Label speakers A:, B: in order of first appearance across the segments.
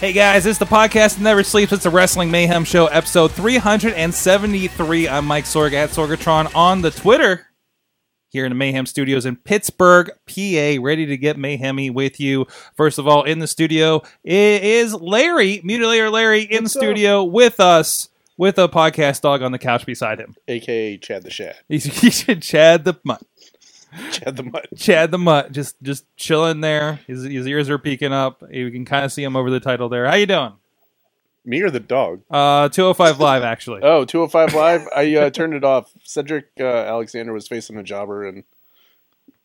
A: Hey guys, it's the podcast that never sleeps. It's the Wrestling Mayhem Show, episode 373. I'm Mike Sorg at Sorgatron on the Twitter here in the Mayhem Studios in Pittsburgh, PA, ready to get mayhemy with you. First of all, in the studio it is Larry, Mutilator Larry, in
B: What's up?
A: studio with us, with a podcast dog on the couch beside him.
B: AKA Chad the Shad.
A: He's, he's Chad the Mutt.
B: Chad the Mutt.
A: Chad the Mutt, just just chilling there. His, his ears are peeking up. You can kind of see him over the title there. How you doing?
B: Me or the dog?
A: Uh, 205 Live, actually.
B: Oh, 205 Live. I uh, turned it off. Cedric uh, Alexander was facing a jobber and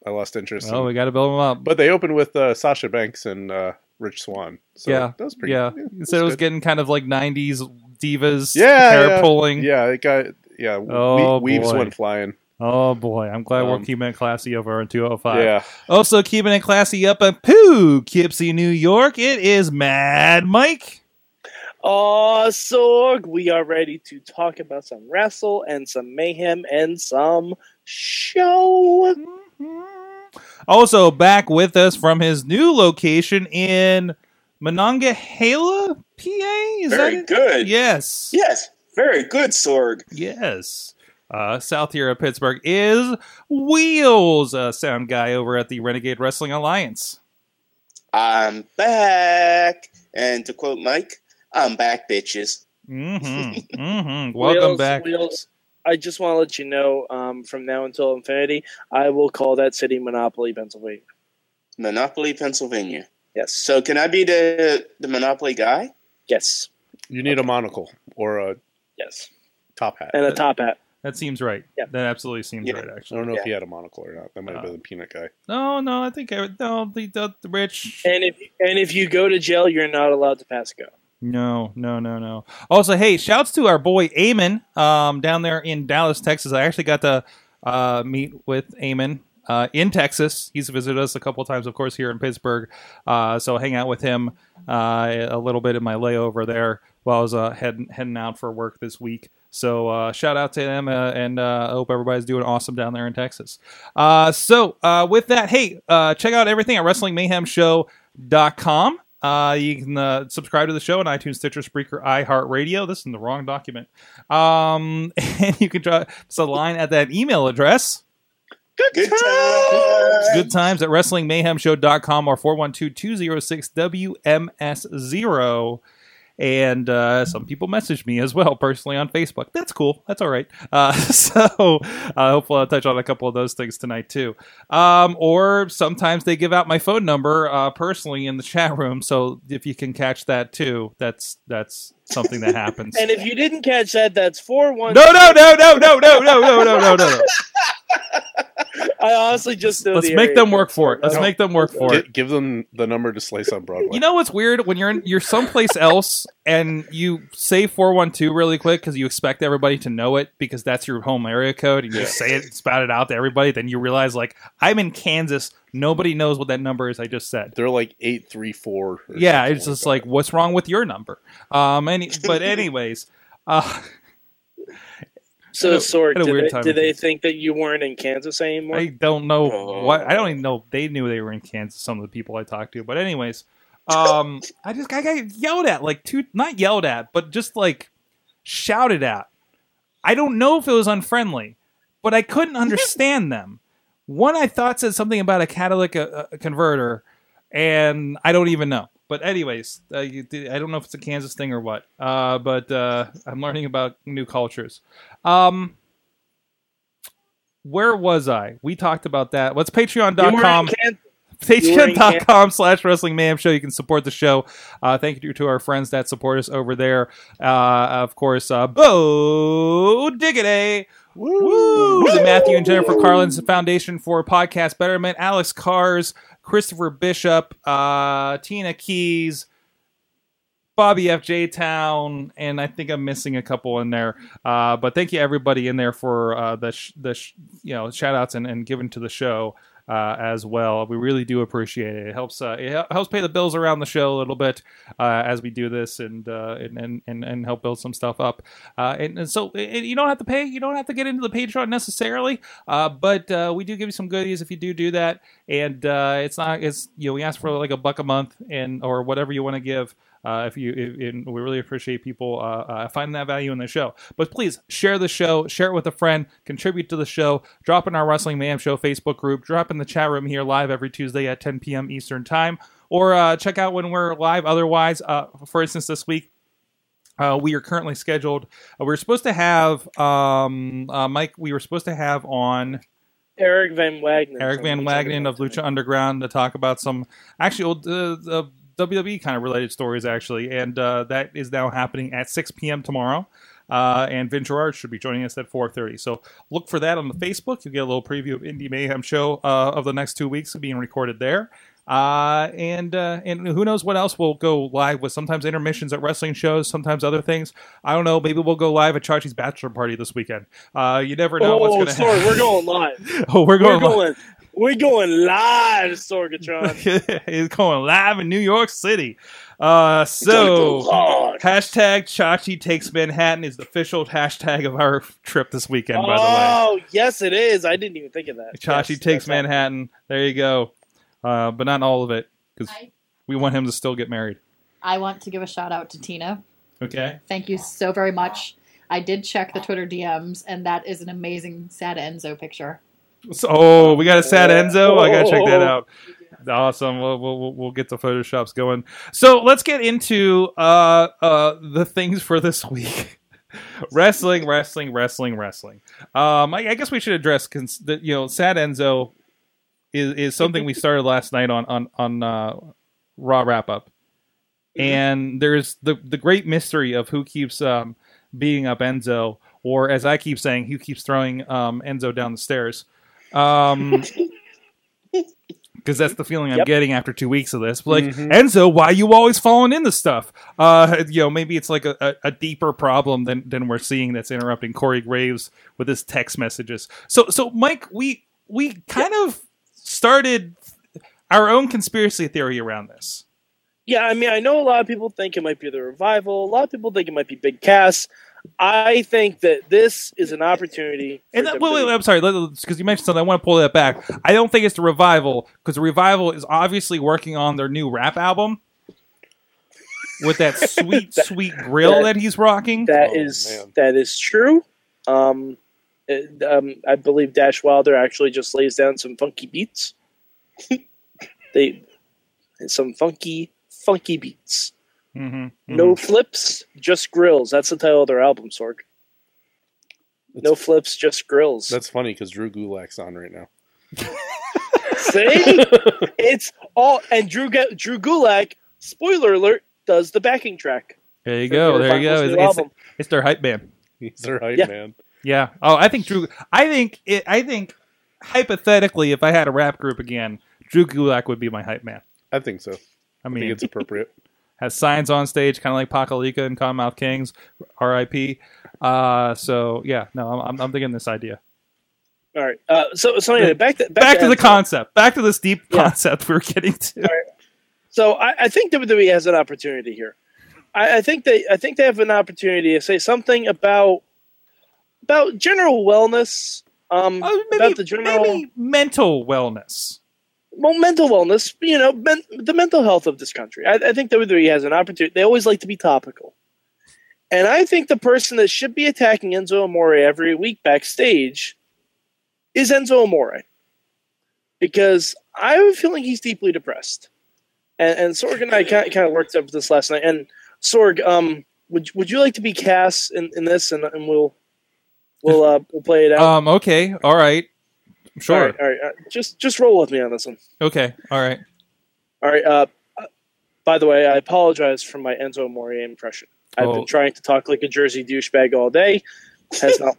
B: I lost interest.
A: Oh, we got to build him up.
B: but they opened with uh, Sasha Banks and uh, Rich Swan. So
A: yeah,
B: that was pretty
A: Yeah,
B: that
A: he said it was
B: good.
A: getting kind of like '90s divas
B: Yeah,
A: hair
B: yeah.
A: pulling.
B: Yeah, it got yeah, we-
A: Oh,
B: weaves
A: boy.
B: went flying.
A: Oh boy, I'm glad we're
B: Um,
A: keeping it classy over on 205.
B: Yeah.
A: Also keeping it classy up at Poughkeepsie, New York. It is Mad Mike.
C: Oh, Sorg, we are ready to talk about some wrestle and some mayhem and some show.
B: Mm-hmm.
A: Also back with us from his new location in Monongahela, PA. Is that
D: Very
A: it?
D: good.
A: Yes.
D: Yes, very good, Sorg.
A: Yes. Uh, south here of Pittsburgh is Wheels, uh, sound guy over at the Renegade Wrestling Alliance.
D: I'm back. And to quote Mike, I'm back, bitches.
A: Mm-hmm. mm-hmm. Welcome
C: Wheels,
A: back.
C: Wheels, I just want to let you know um, from now until infinity, I will call that city Monopoly, Pennsylvania.
D: Monopoly, Pennsylvania.
C: Yes.
D: So can I be the the Monopoly guy?
C: Yes.
B: You need a monocle or a
C: Yes.
B: top hat.
C: And a top hat.
A: That seems right.
C: Yeah.
A: That absolutely seems
D: Yeah.
A: right.
B: I
A: Actually,
B: don't know if
D: Yeah.
B: he had a monocle or not. That might have been the peanut guy.
A: no, no. I think I, no. The, the, the rich.
C: And if and if you go to jail, you're not allowed to pass go.
A: No, no, no, no. Also, hey, shouts to our boy Eamon um, down there in Dallas, Texas. I actually got to uh, meet with Eamon uh, in Texas. He's visited us a couple times, of course, here in Pittsburgh. Uh, so hang out with him uh, a little bit in my layover there while I was uh, heading heading out for work this week. So uh, shout out to them, uh, and uh, I hope everybody's doing awesome down there in Texas. Uh, so uh, with that, hey, uh, check out everything at WrestlingMayhemShow.com. Uh, you can uh, subscribe to the show on iTunes, Stitcher, Spreaker, iHeartRadio. This is in the wrong document. Um, and you can drop us a line at that email address.
D: Good time.
A: Good times at WrestlingMayhemShow.com or 412-206-WMS0. And uh, some people message me as well personally on Facebook. That's cool. That's all right. Uh, so uh, hopefully I'll touch on a couple of those things tonight too. Um, or sometimes they give out my phone number uh, personally in the chat room. So if you can catch that too, that's that's something that happens.
C: And if you didn't catch that, that's four one.
A: no, no, no, no, no, no, no, no, no, no, no.
C: I honestly just know
A: Let's
C: the
A: make
C: area
A: them work for it. Let's
B: No.
A: make them work for it.
B: Gi- give them the number to slice on Broadway.
A: You know what's weird when you're in you're someplace else and you say 412 really quick because you expect everybody to know it because that's your home area code and you just say it spout it out to everybody then you realize like I'm in Kansas nobody knows what that number is I just said
B: They're like eight three four. or
A: yeah
B: something
A: it's just
B: that.
A: like what's wrong with your number um any but anyways uh
C: So Sorg,
A: had a
C: do
A: weird
C: they,
A: time
C: do
A: with
C: they
A: this.
C: think that you weren't in Kansas anymore?
A: I don't know what I don't even know if they knew they were in Kansas. Some of the people I talked to, but anyways, um, I just I got yelled at like two, not yelled at, but just like shouted at. I don't know if it was unfriendly, but I couldn't understand them. One I thought said something about a catalytic uh, uh, converter, and I don't even know. But anyways, uh, you, I don't know if it's a Kansas thing or what. Uh, but uh, I'm learning about new cultures. Um, where was I? We talked about that. What's
C: You weren't in
A: patreon.com
C: Kansas.
A: patreon.com slash wrestling mayhem show you can support the show uh, thank you to our friends that support us over there uh, of course uh, bo diggity Woo! The Matthew and Jennifer Carlin's Foundation for Podcast Betterment, Alex Cars, Christopher Bishop, uh, Tina Keys, Bobby FJ Town, and I think I'm missing a couple in there. Uh, but thank you everybody in there for uh, the sh- the sh- you know shout outs and, and giving to the show uh, as well. We really do appreciate it. It helps uh, it hel- helps pay the bills around the show a little bit uh, as we do this and, uh, and and and and help build some stuff up. Uh, and, and so and you don't have to pay. You don't have to get into the Patreon necessarily, uh, but uh, we do give you some goodies if you do do that. And uh, it's not it's you know we ask for like a buck a month and or whatever you want to give. Uh, if you, if, and we really appreciate people uh, uh, finding that value in the show. But please share the show, share it with a friend, contribute to the show, drop in our Wrestling Mayhem Show Facebook group, drop in the chat room here live every Tuesday at 10 p.m. Eastern Time, or uh, check out when we're live. Otherwise, uh, for instance, this week uh, we are currently scheduled. uh, we were supposed to have um, uh, Mike. We were supposed to have on
C: Eric Van Wagner.
A: Eric Van Wagnen of Lucha Underground to talk about some actually old uh, uh, WWE kind of related stories, actually, and uh, that is now happening at 6 p.m. tomorrow. Uh, and Vin Gerard should be joining us at 4:30. So look for that on the Facebook. You'll get a little preview of Indie Mayhem show uh, of the next two weeks being recorded there. Uh, and uh, and who knows what else we'll go live with? Sometimes intermissions at wrestling shows, sometimes other things. I don't know. Maybe we'll go live at Chachi's bachelor party this weekend. Uh, you never know what's
C: Oh,
A: going to
C: sorry,
A: happen.
C: we're going live.
A: oh, we're
C: we're
A: going. live.
C: going. We're going live, Sorgatron.
A: is going live in New York City. Uh, so
D: God.
A: hashtag Chachi takes Manhattan is the official hashtag of our trip this weekend. by the way,
C: oh, yes, it is. I didn't even think of that.
A: Chachi
C: Yes,
A: takes
C: that's happening.
A: Manhattan. There you go, uh, but not all of it because
E: I,
A: we want him to still get married.
E: I want to give a shout out to Tina.
A: Okay.
E: Thank you so very much. I did check the Twitter DMs, and that is an amazing sad Enzo picture.
A: So, oh, we got a sad Enzo. I gotta check that out. Awesome. We'll, we'll, we'll- we'll get the photoshops going. So let's get into uh, uh, the things for this week. wrestling, wrestling, wrestling, wrestling. Um, I, I guess we should address, cons- the, you know, sad Enzo is, is something we started last night on on on uh, Raw wrap up, and there's the the great mystery of who keeps um, beating up Enzo, or as I keep saying, who keeps throwing um, Enzo down the stairs. Um, because that's the feeling I'm
C: Yep.
A: getting after two weeks of this. Like
B: Mhm.
A: Enzo, why you always falling into stuff? Uh, you know, maybe it's like a, a, a deeper problem than than we're seeing that's interrupting Corey Graves with his text messages. So, so Mike, we we kind of started our own conspiracy theory around this.
C: Yeah, I mean, I know a lot of people think it might be the revival. A lot of people think it might be Big Cass. I think that this is an opportunity. for
A: And that, wait,
C: WWE.
A: wait, wait, I'm sorry, because you mentioned something. I want to pull that back. I don't think it's the revival because the revival is obviously working on their new rap album with that sweet, sweet grill that
C: that-
A: he's rocking.
C: That
B: Oh,
C: is
B: man.
C: that is true. Um, it- um, I believe Dash Wilder actually just lays down some funky beats. they some funky funky beats.
A: Mm-hmm.
C: No flips, just grills. That's the title of their album, Sorg. No flips, just grills.
B: That's funny because Drew Gulak's on right now.
C: See, it's all and Drew Ga- Drew Gulak. Spoiler alert: does the backing track?
A: There you go.
C: for
A: There you go.
C: Revival's
A: It's,
C: new
A: it's-
C: album.
A: it's their hype band.
B: He's their hype
C: Yeah.
B: man.
A: Yeah. Oh, I think Drew. I think it. I think hypothetically, if I had a rap group again, Drew Gulak would be my hype man.
B: I think so.
A: I
B: I think
A: mean,
B: it's appropriate.
A: has signs on stage, kind of like Pakalika and Cottonmouth Kings, R.I.P. Uh, so yeah, no, I'm, I'm, I'm digging this idea.
C: All right. Uh, so, so anyway, back to back,
A: Back to the
C: Enzo.
A: concept. Back to this deep
C: Yeah.
A: concept we were getting to.
C: So I, I think WWE has an opportunity here. I, I think they I think they have an opportunity to say something about about general wellness. Um,
A: Oh,
C: about the general
A: maybe mental wellness.
C: well, mental wellness. You know, men, the mental health of this country. I, I think WWE has an opportunity. They always like to be topical, and I think the person that should be attacking Enzo Amore every week backstage is Enzo Amore, because I have a feeling he's deeply depressed. And, and Sorg and I kind of, kind of worked up this last night. And Sorg, um, would would you like to be Cass in, in this? And, and we'll we'll uh, we'll play it out.
A: Um. Okay. All right. Sure.
C: All right, all right. Uh, just just roll with me on this one.
A: Okay. All right.
C: All right. Uh, uh, by the way, I apologize for my Enzo Moria impression. I've
A: Oh.
C: been trying to talk like a Jersey douchebag all day. Has not.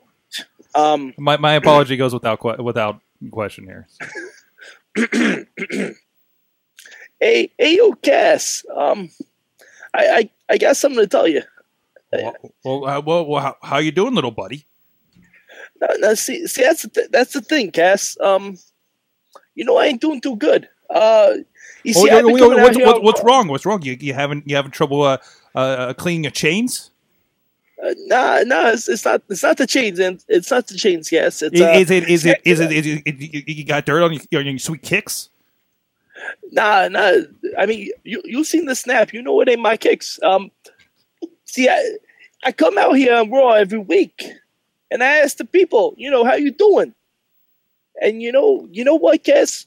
C: Um,
A: My my apology goes without que- without question here.
C: hey, hey, yo, Cass. Um, I, I, I got something to tell you.
A: Well, well, uh, well, well, how, how you doing, little buddy?
C: Now, now see, see, that's the th- that's the thing, Cass. Um, you know, I ain't doing too good. Uh, you see,
A: Oh,
C: I've been
A: wait, wait,
C: coming out
A: what's,
C: here
A: what's,
C: all-
A: what's wrong? What's wrong? You, you having you having trouble uh, uh, uh, cleaning your chains?
C: Uh, nah, nah, it's, it's not it's not the chains, and it's not the chains, Cass. It's,
A: Is,
C: uh,
A: is it is it is it, is it, you- you got dirt on your, on your sweet kicks?
C: Nah, nah. I mean, you you seen the snap. You know it ain't my kicks. Um, see, I I come out here on Raw every week, and I ask the people, you know, how you doing? And you know, you know what, Cass?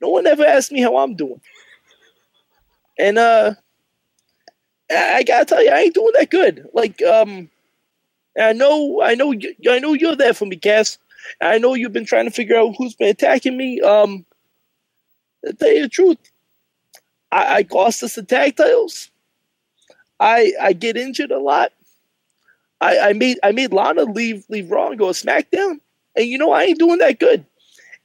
C: No one ever asked me how I'm doing. And uh, I, I gotta tell you, I ain't doing that good. Like um, I know, I know, you, I know you're there for me, Cass. I know you've been trying to figure out who's been attacking me. Um. To tell you the truth, I, I cost us the tag titles. I I get injured a lot. I, I made I made Lana leave leave Raw and go to SmackDown, and you know I ain't doing that good.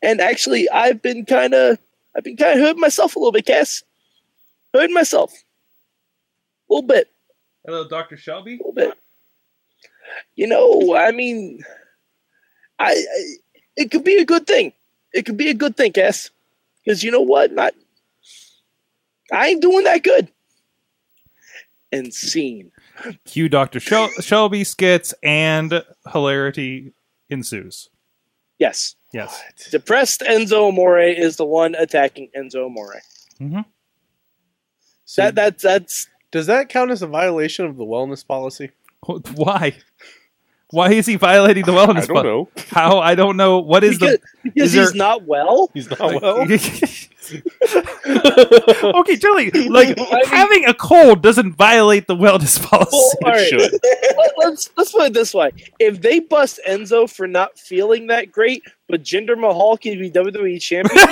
C: And actually, I've been kind of I've been kind of hurting myself a little bit, Cass. Hurting myself a little bit,
A: Hello, Doctor Shelby.
C: a little bit. You know, I mean, I, I it could be a good thing. It could be a good thing, Cass. Because you know what? Not I ain't doing that good. And scene.
A: Cue Doctor Shel- Shelby skits and hilarity ensues.
C: Yes.
A: Yes.
C: Depressed Enzo Amore is the one attacking Enzo Amore.
B: So
C: That that that's
B: does that count as a violation of the wellness policy?
A: Wh- Why? Why is he violating the wellness?
B: I don't
A: policy?
B: know.
A: How I don't know. What is
C: because,
A: the?
C: because
A: is
C: he's
A: there-
C: not well.
B: He's not well.
A: okay, Jelly. Like
C: I mean-
A: having a cold doesn't violate the wellness policy.
C: all right.
B: should.
C: Let, let's let's put it this way: if they bust Enzo for not feeling that great, but Jinder Mahal can be WWE champion,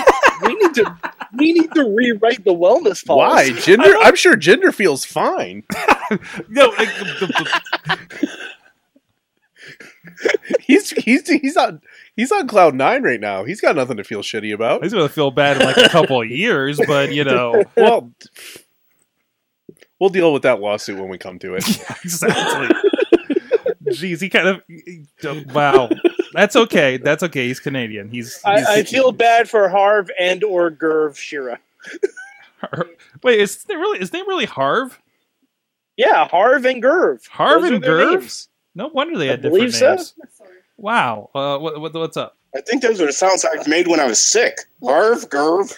C: we need to we need to rewrite the wellness
B: Why?
C: policy.
B: Gender? I'm sure gender feels fine.
A: No, like, the- the-
B: He's he's he's on he's on cloud nine right now. He's got nothing to feel shitty about.
A: he's gonna feel bad in like a couple of years, but you know,
B: Well, we'll deal with that lawsuit when we come to it.
A: exactly. Jeez, he kind of. he- he- Wow, that's okay. That's okay. He's Canadian. He's. he's-
C: I, I feel bad for Harv and or Gerv Shira.
A: Wait, is his name really? Is name really Harv?
C: Yeah, Harv and Gerv.
A: Harv
C: Those
A: and
C: are their
A: Gerv?
C: names.
A: No wonder they
C: I
A: had different
C: believe so.
A: names. Wow. Uh, what, what, what's up?
D: I think those are the sounds I made when I was sick. Harv, Gerv.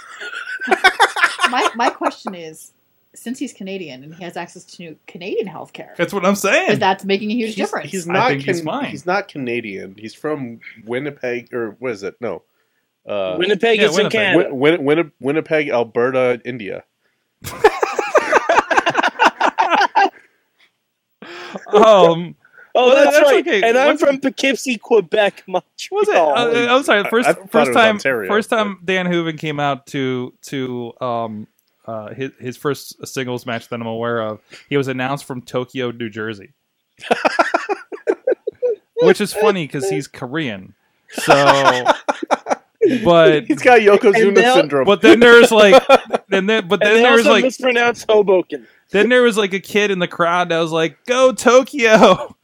E: my my question is, since he's Canadian and he has access to Canadian healthcare,
A: That's what I'm
E: if
A: saying.
E: that's making a
B: He's,
E: huge difference.
B: he's
A: I
B: not
A: think he's
B: Can-
A: fine.
B: not Canadian. He's from Winnipeg or what is it? No. Uh,
C: Winnipeg
A: yeah,
C: is
A: Winnipeg.
C: in Canada.
B: Win- Win- Winni- Winnipeg, Alberta, India.
A: um,
C: oh, that's,
A: That's
C: right.
A: okay.
C: And I'm
A: What's-
C: from Poughkeepsie, Quebec,
A: was it?
C: Montreal.
A: Uh, I'm sorry. The first
B: I- I thought it
A: first
B: was
A: time
B: Ontario,
A: first time Dan Hooven came out to to um uh his his first singles match that I'm aware of. He was announced from Tokyo, New Jersey, which is funny because he's Korean. So, but
B: He's got Yokozuna
C: And now-
B: syndrome.
A: but then there's like then there, but
C: and
A: then
C: they
A: there was
C: also
A: like
C: mispronounced Hoboken.
A: Then there was like a kid in the crowd that was like, "Go Tokyo!"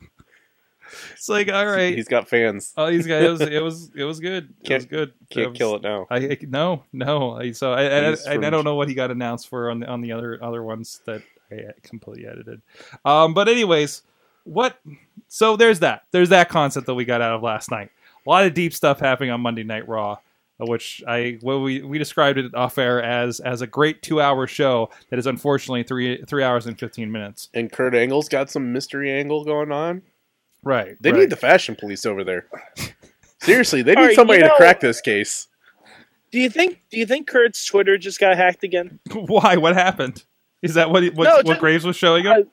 A: it's like, all right,
B: He's got fans.
A: oh, these guys. It was it was it was good. It was
B: Can't-
A: good.
B: Can't kill it now.
A: I, I no no. I, so I I,
B: He's
A: I I
B: from-
A: don't know what he got announced for on the on the other other ones that I completely edited. Um, but anyways, what? So there's that. There's that concept that we got out of last night. A lot of deep stuff happening on Monday Night Raw. Which I well we, we described it off air as as a great two hour show that is unfortunately three three hours and fifteen minutes.
B: And Kurt Angle's got some mystery angle going on.
A: Right.
B: They
A: right.
B: need the fashion police over there. Seriously, they
C: All
B: need
C: right,
B: somebody
C: you know-
B: to crack this case.
C: Do you think? Do you think Kurt's Twitter just got hacked again?
A: Why? What happened? Is that what what,
C: No,
A: what
C: just-
A: Graves was showing up?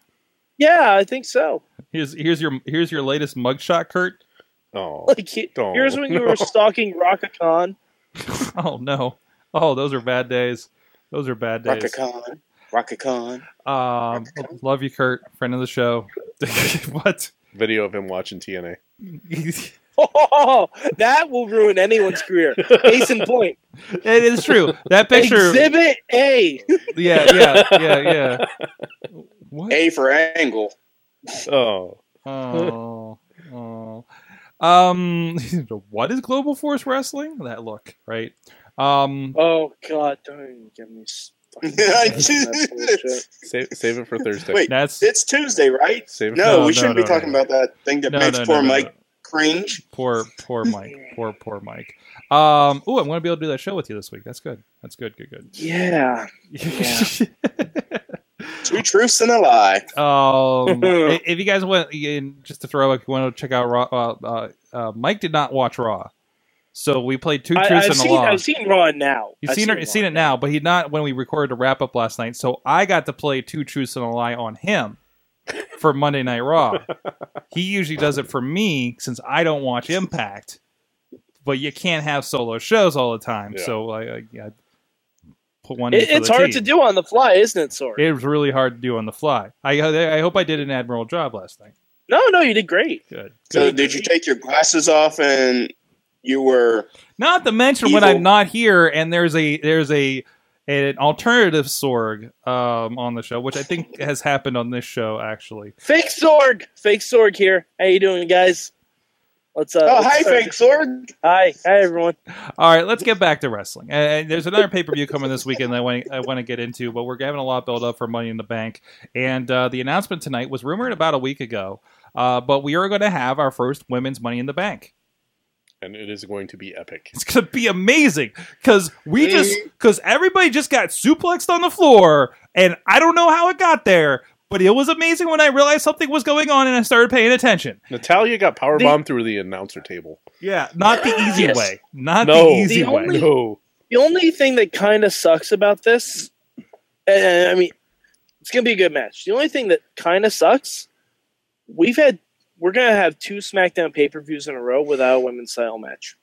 C: Yeah, I think so.
A: Here's here's your here's your latest mugshot, Kurt.
B: Oh,
C: Like, he-
B: don't.
C: here's when you
B: No.
C: were stalking Raka Khan.
A: Oh no. Oh, those are bad days. Those are bad days.
D: Rockacon. Rockacon.
A: Um, love you, Kurt, friend of the show. what?
B: video of him watching TNA.
A: it
C: Oh, that will ruin anyone's career. Case in point.
A: is true. That picture.
C: Exhibit A.
A: Yeah, yeah, yeah, yeah. What?
D: A for angle.
B: Oh,
A: Oh, oh. Um, what is Global Force Wrestling? That look, right? Um,
C: Oh God, don't even give me. s- fucking that bullshit.
B: save, save it for Thursday.
D: Wait,
A: that's
D: it's Tuesday, right?
B: save it
D: No,
A: No,
D: we
A: no,
D: shouldn't
A: no,
D: be talking
A: no.
D: about that thing that
A: no,
D: makes
A: no,
D: poor
A: no, no,
D: Mike
A: no.
D: cringe.
A: Poor, poor Mike. poor, poor Mike. Um, oh, I'm gonna be able to do that show with you this week. That's good. That's good. Good. Good.
C: yeah.
D: Two truths and a lie.
A: um, i- if you guys want, and just to throw, if you want to check out Raw, uh, uh, uh, Mike did not watch Raw, so we played two
C: I,
A: truths
C: have
A: and
C: seen.
A: a lie.
C: I've seen Raw now.
A: You've
C: I've
A: seen, it,
C: Raw.
A: seen it now, but he not when we recorded a wrap up last night. So I got to play two truths and a lie on him for Monday Night Raw. he usually does it for me since I don't watch Impact, but you can't have solo shows all the time.
B: Yeah.
A: So I, I, I put one. in
C: It,
A: for
C: it's
A: the
C: hard
A: team.
C: to do on the fly, isn't it, Sorg?
A: It was really hard to do on the fly. I I hope I did an admirable job last night.
C: no, no, you did great.
A: Good.
D: So did you take your glasses off and you were
A: Not to mention when
D: Evil.
A: I'm not here, and there's a there's a an alternative Sorg um, on the show, which I think has happened on this show actually.
C: Fake Sorg, fake Sorg here. How you doing, guys? What's
A: Uh,
C: up?
D: Oh hi fake sword.
C: Hi, hi everyone.
A: All right, let's get back to wrestling. And there's another pay per view coming this weekend that I want, I want to get into, but we're having a lot built up for Money in the Bank. And uh, the announcement tonight was rumored about a week ago, uh, but we are going to have our first women's Money in the Bank.
B: and it is going to be epic.
A: It's gonna be amazing because we
D: Mhm.
A: just because everybody just got suplexed on the floor, and I don't know how it got there, but it was amazing when I realized something was going on and I started paying attention.
B: Natalia got power bombed through the announcer table.
A: Yeah, not the easy
C: Yes.
A: way, not
B: No.
A: the easy
C: The
A: way.
C: only-
B: No,
C: The only thing that kind of sucks about this, and I mean, it's gonna be a good match. The only thing that kind of sucks, we've had, we're gonna have two SmackDown pay per views in a row without a women's title match.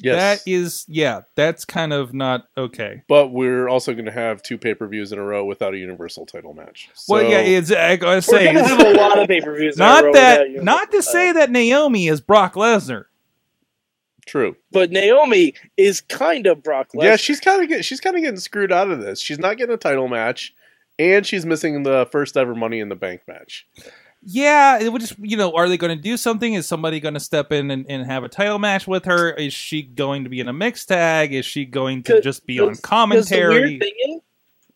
B: yes,
A: That is, yeah, that's kind of not okay.
B: but we're also going to have two pay per views in a row without a Universal title match.
A: well,
B: So-
A: yeah, it's I gotta
C: We're
A: say,
C: gonna have a lot of pay per views. in a row
A: not
C: without
A: that,
C: you. Uh,
A: not to say that Naomi is Brock Lesnar.
B: true.
C: but Naomi is kind of Brock Lesnar.
B: Yeah, she's kind of get, she's kind of getting screwed out of this. She's not getting a title match, and she's missing the first ever Money in the Bank match.
A: Yeah, it would just you know, are they going to do something? Is somebody going to step in and, and have a title match with her? Is she going to be in a mix tag? Is she going to
C: 'Cause-
A: just be
C: 'cause-
A: on
C: 'Cause the
A: commentary?
C: weird thing is,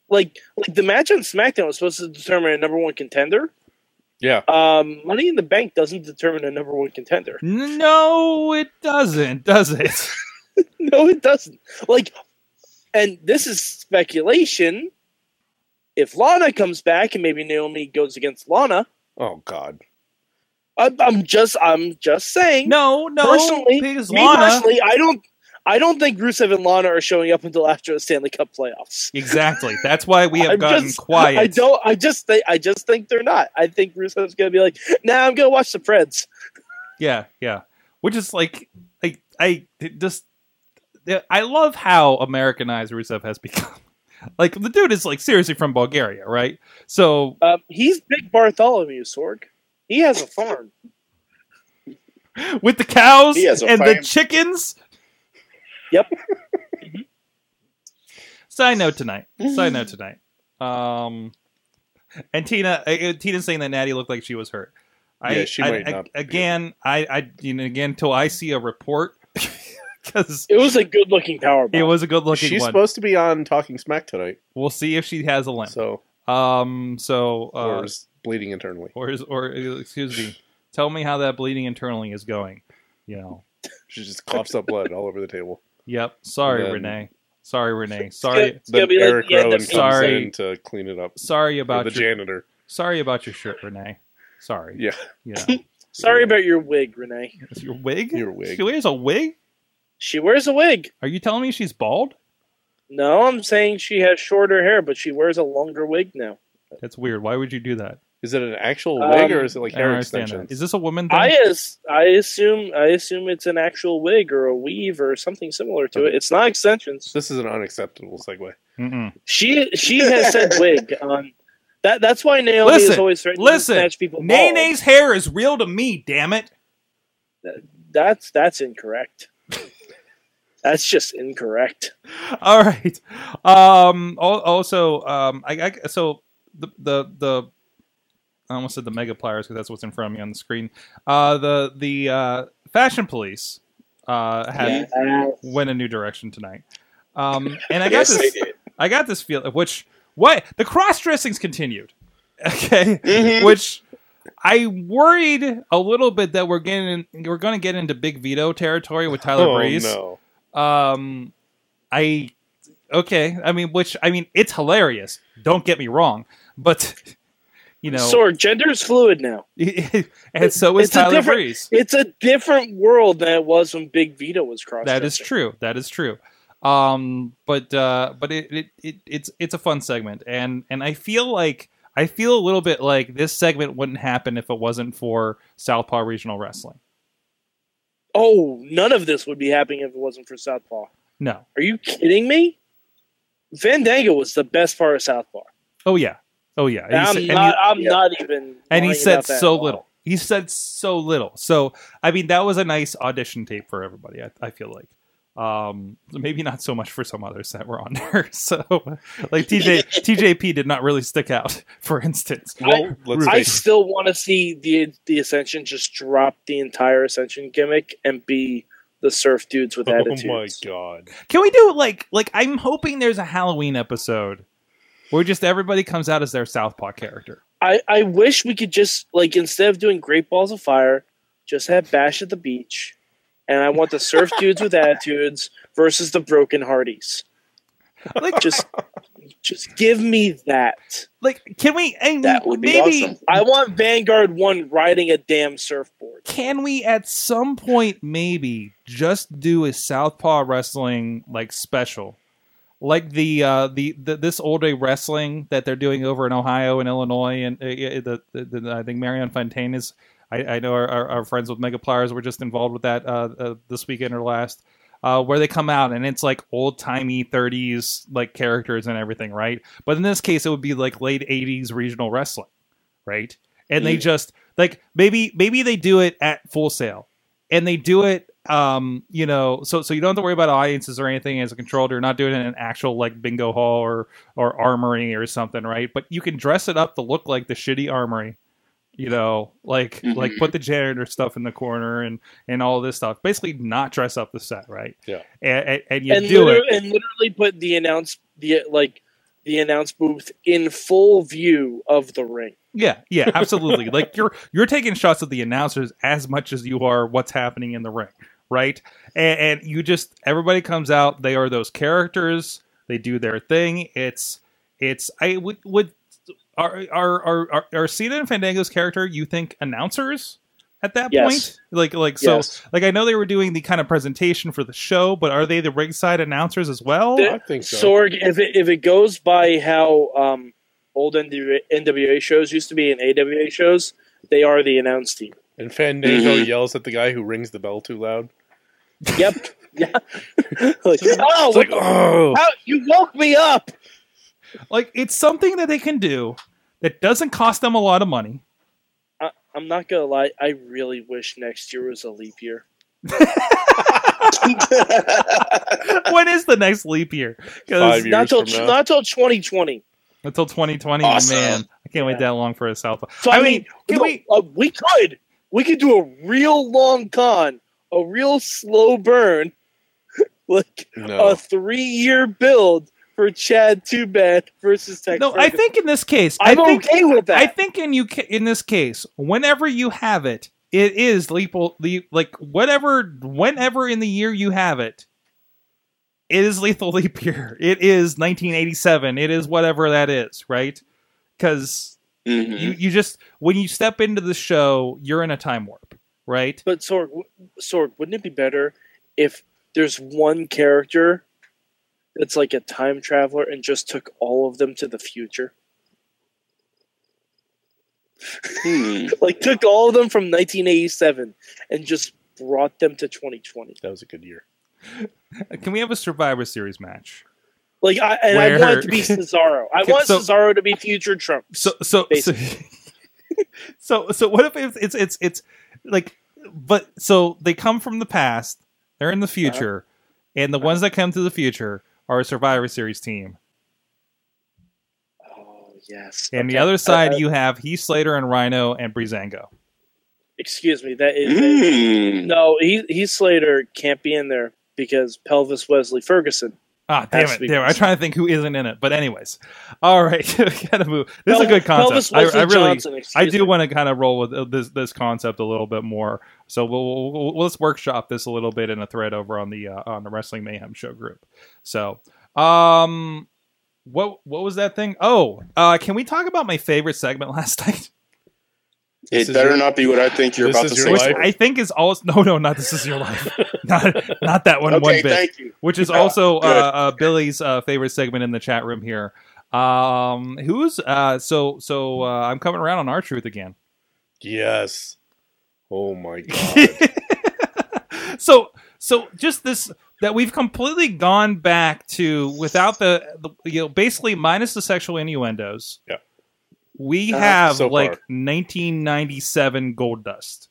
C: like, like the match on SmackDown was supposed to determine a number one contender.
B: Yeah,
C: Um, Money in the Bank doesn't determine a number one contender.
A: N- No, it doesn't, does it?
C: No, it doesn't. Like, and this is speculation. If Lana comes back and maybe Naomi goes against Lana,
B: Oh God.
C: I'm, I'm just, I'm just saying.
A: No, no.
C: Personally,
A: because
C: me
A: Lana-
C: personally, I don't, I don't think Rusev and Lana are showing up until after the Stanley Cup playoffs.
A: Exactly. That's why we have
C: I'm
A: gotten
C: just-
A: quiet.
C: I don't. I just think. I just think they're not. I think Rusev's going to be like, "Nah, I'm going to watch the Preds."
A: Yeah, yeah. Which is like, like I it just, I love how Americanized Rusev has become. Like the dude is like seriously from Bulgaria, right? So
C: Um, he's Big Bartholomew Sorg. He has a farm.
A: with the cows
D: He has a
A: and the
D: farm.
A: chickens.
C: Yep.
A: Side note tonight. Side note tonight. Um, and Tina, uh, uh, Tina's saying that Natty looked like she was hurt. I,
B: Yeah, she
A: I-
B: might
A: I-
B: not be.
A: Again, I, I, you know, again, till I see a report, because
C: It was a good-looking power.
A: it was a good-looking
B: She's
A: one.
B: supposed to be on Talking Smack tonight,
A: we'll see if she has a limp.
B: so
A: um, so uh,
B: or is bleeding internally.
A: or is, or uh, excuse me, tell me how that bleeding internally is going. You know.
B: She just coughs up blood all over the table.
A: Yep. Sorry,
B: Then-
A: Renee. Sorry, Renee.
C: gonna-
A: Sorry.
C: It's gonna
B: Then
C: be like
B: Eric
C: the end
B: Rowan
C: of
B: comes
A: Sorry.
B: in to clean it up.
A: Sorry
B: Or
A: about
B: the
A: your.
B: janitor.
A: sorry about your shirt, Renee. Sorry.
B: Yeah.
A: Yeah.
C: Sorry about your wig, Renee.
A: It's your wig.
B: Your wig.
A: She wears a wig.
C: She wears a wig.
A: Are you telling me she's bald?
C: No, I'm saying she has shorter hair, but she wears a longer wig now.
A: That's weird. Why would you do that?
B: Is it an actual
C: Um,
B: leg or is it like
A: I don't
B: hair
A: understand
B: extensions?
A: that. Is this a woman thing?
C: I as I assume I assume it's an actual wig or a weave or something similar to it. It's not extensions.
B: This is an unacceptable segue.
A: Mm-mm.
C: She she has said wig on that. That's why Naomi is
A: Listen,
C: always threatening
A: listen,
C: to snatch people.
A: Nay
C: bald.
A: Nay's hair is real to me. Damn it!
C: That's that's incorrect. that's just incorrect.
A: All right. Um. al- Also, um. I, I so the the the. I almost said the mega pliers because that's what's in front of me on the screen. Uh, the the uh, fashion police uh, had
D: Yeah.
A: went a new direction tonight, um, and I got
D: yes, I
A: this.
D: did.
A: I got this feel. Which what the cross dressings continued. Okay.
D: Mhm.
A: which I worried a little bit that we're getting we're going to get into big veto territory with Tyler
B: oh
A: Breeze.
B: no!
A: Um, I okay. I mean, which I mean, it's hilarious. Don't get me wrong, but you know,
C: Sorg, gender is fluid now.
A: and so is
C: It's a
A: Tyler
C: different-
A: Breeze.
C: It's a different world than it was when Big Vito was crossed.
A: That is true. That is true. Um, but uh, but it, it, it it's it's a fun segment, and and I feel like I feel a little bit like this segment wouldn't happen if it wasn't for Southpaw Regional Wrestling.
C: Oh, none of this would be happening if it wasn't for Southpaw.
A: No.
C: Are you kidding me? Fandango was the best part of Southpaw.
A: Oh yeah. Oh yeah. And he
C: I'm
A: said- and he-
C: not. I'm
D: yeah.
C: not even.
A: and he
C: lying
A: said
C: about that
A: so
C: at all.
A: little. He said so little. So I mean, that was a nice audition tape for everybody. I, I feel like, um, maybe not so much for some others that were on there. So like TJ TJP did not really stick out, for instance.
B: Well, let's
C: I
B: face
C: still want to see the the Ascension just drop the entire Ascension gimmick and be the surf dudes with
B: it. Oh my
C: attitudes.
B: god!
A: Can we do like like I'm hoping there's a Halloween episode where just everybody comes out as their Southpaw character.
C: I, I wish we could just like instead of doing Great Balls of Fire, just have Bash at the Beach, and I want the surf dudes with attitudes versus the broken hearties.
A: Like
C: Just just give me that.
A: like can we? And
D: That would be
A: maybe,
D: awesome.
C: I want Vanguard One riding a damn surfboard.
A: can we at some point maybe just do a southpaw wrestling like special like the uh the, the this old day wrestling that they're doing over in ohio and illinois and uh, yeah, the, the, the i think marion fontaine is i, I know our, our, our friends with mega pliers were just involved with that uh, uh this weekend or last uh, where they come out and it's like old timey 30s like characters and everything, right? But in this case, it would be like late 80s regional wrestling, right? And they just like maybe maybe they do it at full sale and they do it um you know so so you don't have to worry about audiences or anything as a controller you're not doing it in an actual like bingo hall or or armory or something right but you can dress it up to look like the shitty armory you know like
D: Mhm.
A: like put the janitor stuff in the corner and and all this stuff basically not dress up the set right
B: Yeah.
A: and and, and you
C: and,
A: do
C: liter-
A: it
C: and literally put the announce the like the announce booth in full view of the ring.
A: Yeah, yeah, absolutely. like you're you're taking shots at the announcers as much as you are what's happening in the ring, right? And, and you just everybody comes out. They are those characters. They do their thing. It's it's I would would are are are are, are Cena and Fandango's character you think announcers at that
C: Yes.
A: point? Like like so
C: Yes.
A: like I know they were doing the kind of presentation for the show, but are they the ringside announcers as well?
C: They're-
B: I think so.
C: Sorg, if it, if it goes by how um, old NW- NWA shows used to be and AWA shows, they are the announce team.
B: and Fandango
C: mm-hmm.
D: Mhm.
B: yells at the guy who rings the bell too loud.
C: Yep. yeah. like, oh,
B: It's like, oh,
C: how, you woke me up.
A: Like it's something that they can do that doesn't cost them a lot of money.
C: I, I'm not gonna lie. I really wish next year was a leap year.
A: when is the next leap year? 'Cause
B: Five years
C: Not till
B: from now.
C: not till 2020.
A: until 2020,
D: Awesome.
A: man, I can't wait that long for a Southpaw.
C: So,
A: I mean, can
C: no,
A: we?
C: uh, we could we could do a real long con, a real slow burn, like
B: no.
C: a three year build for Chad Tubat versus Tex.
A: No, I
C: Ferguson.
A: think in this case, I
C: I'm
A: think
C: okay with that.
A: I think in you ca- in this case, whenever you have it, it is leap, leap like whatever whenever in the year you have it. It is lethal leap year. It is 1987. It is whatever that is, right? Because you,
D: Mhm.
A: you just when you step into the show, you're in a time warp, right?
C: but Sorg, w- Sorg, wouldn't it be better if there's one character that's like a time traveler and just took all of them to the future?
D: Hmm.
C: Like took all of them from 1987 and just brought them to 2020.
B: That was a good year.
A: Can we have a Survivor Series match?
C: Like I and I want it to be
A: Where-
C: Cesaro. I
A: Okay,
C: want
A: so-
C: Cesaro to be future Trump.
A: So so so, so so what if it's, it's it's it's like but so they come from the past, they're in the future, and the ones that come to the future are a Survivor Series team.
C: Oh yes.
A: And the
C: Okay. Uh, Uh-huh.
A: other side
C: I- I-
A: you have Heath Slater and Rhino and Breezango.
C: excuse me. That is
D: Hmm.
C: no. He he Slater can't be in there because Pelvis Wesley Ferguson.
A: Ah, damn
C: That's
A: it. Damn it. I'm
C: weakness.
A: trying to think who isn't in it. But anyways. All right. we gotta move. This is a good concept.
C: Pelvis
A: I,
C: Wesley
A: I really
C: Johnson.
A: I
C: Excuse
A: do
C: me.
A: want to kind of roll with uh, this this concept a little bit more. So we'll, we'll, we'll let's workshop this a little bit in a thread over on the uh, on the Wrestling Mayhem show group. So, um what what was that thing? Oh, uh can we talk about my favorite segment last night?
B: This
D: It
B: is
D: better
B: your-
D: not be what I think you're
B: this
D: about
B: is
D: to
B: your
D: say.
A: Which
B: life?
A: I think is also no, no, not this is your life, not not that one,
D: okay,
A: one bit.
D: thank you.
A: which is
D: Yeah,
A: also uh,
D: good.
A: uh, Billy's uh, favorite segment in the chat room here. Um, who's uh, so so? Uh, I'm coming around on our truth again.
B: Yes. Oh my god.
A: so so just this that we've completely gone back to without the, the you know basically minus the sexual innuendos.
B: Yeah.
A: we
C: Uh,
A: have
B: so
A: like
B: far.
A: 1997 gold dust,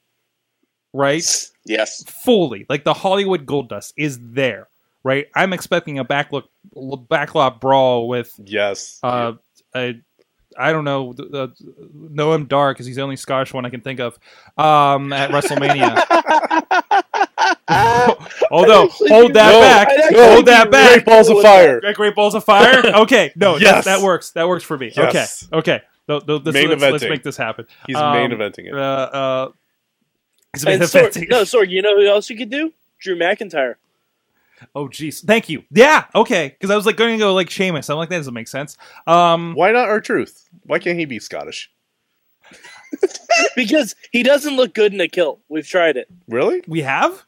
A: right?
D: Yes.
A: fully like the hollywood gold dust is there right i'm expecting a backlook backlot brawl with
B: yes.
A: uh a, i don't know th- uh, noam dar because he's the only scottish one i can think of um at wrestlemania although
C: actually
A: hold
C: do-
A: that
B: No,
A: back
C: I'd actually
A: hold
C: be
A: that back
B: Great balls of fire.
A: Great, great balls of fire. Okay, no, yes.
B: Yes.
A: that works. That works for me.
B: Yes.
A: Okay, okay. Th- th- this-
B: Main
A: let's, let's
B: eventing.
A: make this happen.
B: He's
A: Um,
B: main eventing
A: Uh,
B: it.
A: uh, he's main
C: And Sorg-
A: eventing.
C: no, sorry. You know who else you could do? Drew McIntyre.
A: Oh jeez, thank you. Yeah, okay. Because I was like going to go like Seamus. I'm like that doesn't make sense. Um,
B: Why not our truth? Why can't he be Scottish?
C: because he doesn't look good in a kilt. We've tried it.
B: Really?
A: we have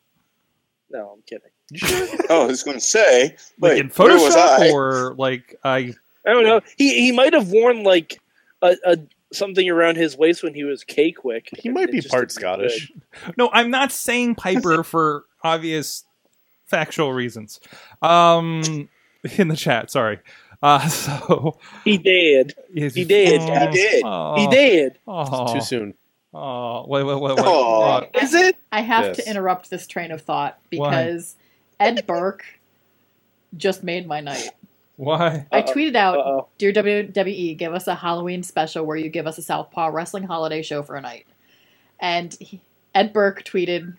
C: No, I'm kidding.
B: You sure?
D: Oh, I was going to say.
A: like
D: Wait,
A: in
D: where was I?
A: Photoshop or like I.
C: I don't know. He he might have worn like a, a something around his waist when he was K quick.
B: he might be part Scottish.
A: No, I'm not saying Piper for obvious factual reasons. Um, in the chat, sorry. Uh, so
C: He did. He did. He
D: did.
A: Oh,
C: He did.
A: Oh,
B: Too soon.
A: Oh, wait, wait, wait, wait.
D: Aw.
C: Is it?
E: I have
B: Yes.
E: to interrupt this train of thought
A: Why?
E: because Ed Burke just made my night.
A: Why?
E: I
C: Uh-oh.
E: tweeted
C: Uh
E: out,
C: oh.
E: "Dear WWE, give us a Halloween special where you give us a Southpaw wrestling holiday show for a night." And he, Ed Burke tweeted,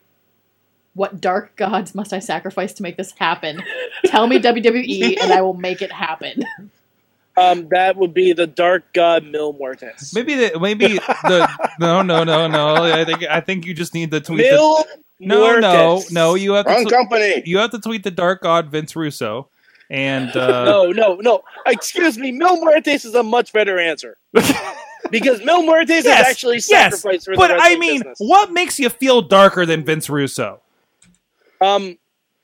E: "What dark gods must I sacrifice to make this happen? Tell me WWE, and I will make it happen."
C: Um, that would be the Dark God Mil Mortis.
A: Maybe the maybe the no no no no. I think I think you just need to tweet. the-
C: Mil
A: No, no,
C: Muertes.
A: no. You have to
D: Wrong
A: tw-
D: company.
A: you have to tweet the dark god Vince Russo, and uh,
C: No, no, no. Excuse me. Mil Muertes is a much better answer because Mil Muertes
A: Yes,
C: is actually
A: yes,
C: sacrificed for the
A: but I
C: wrestling
A: mean,
C: business.
A: what makes you feel darker than Vince Russo?
C: Um,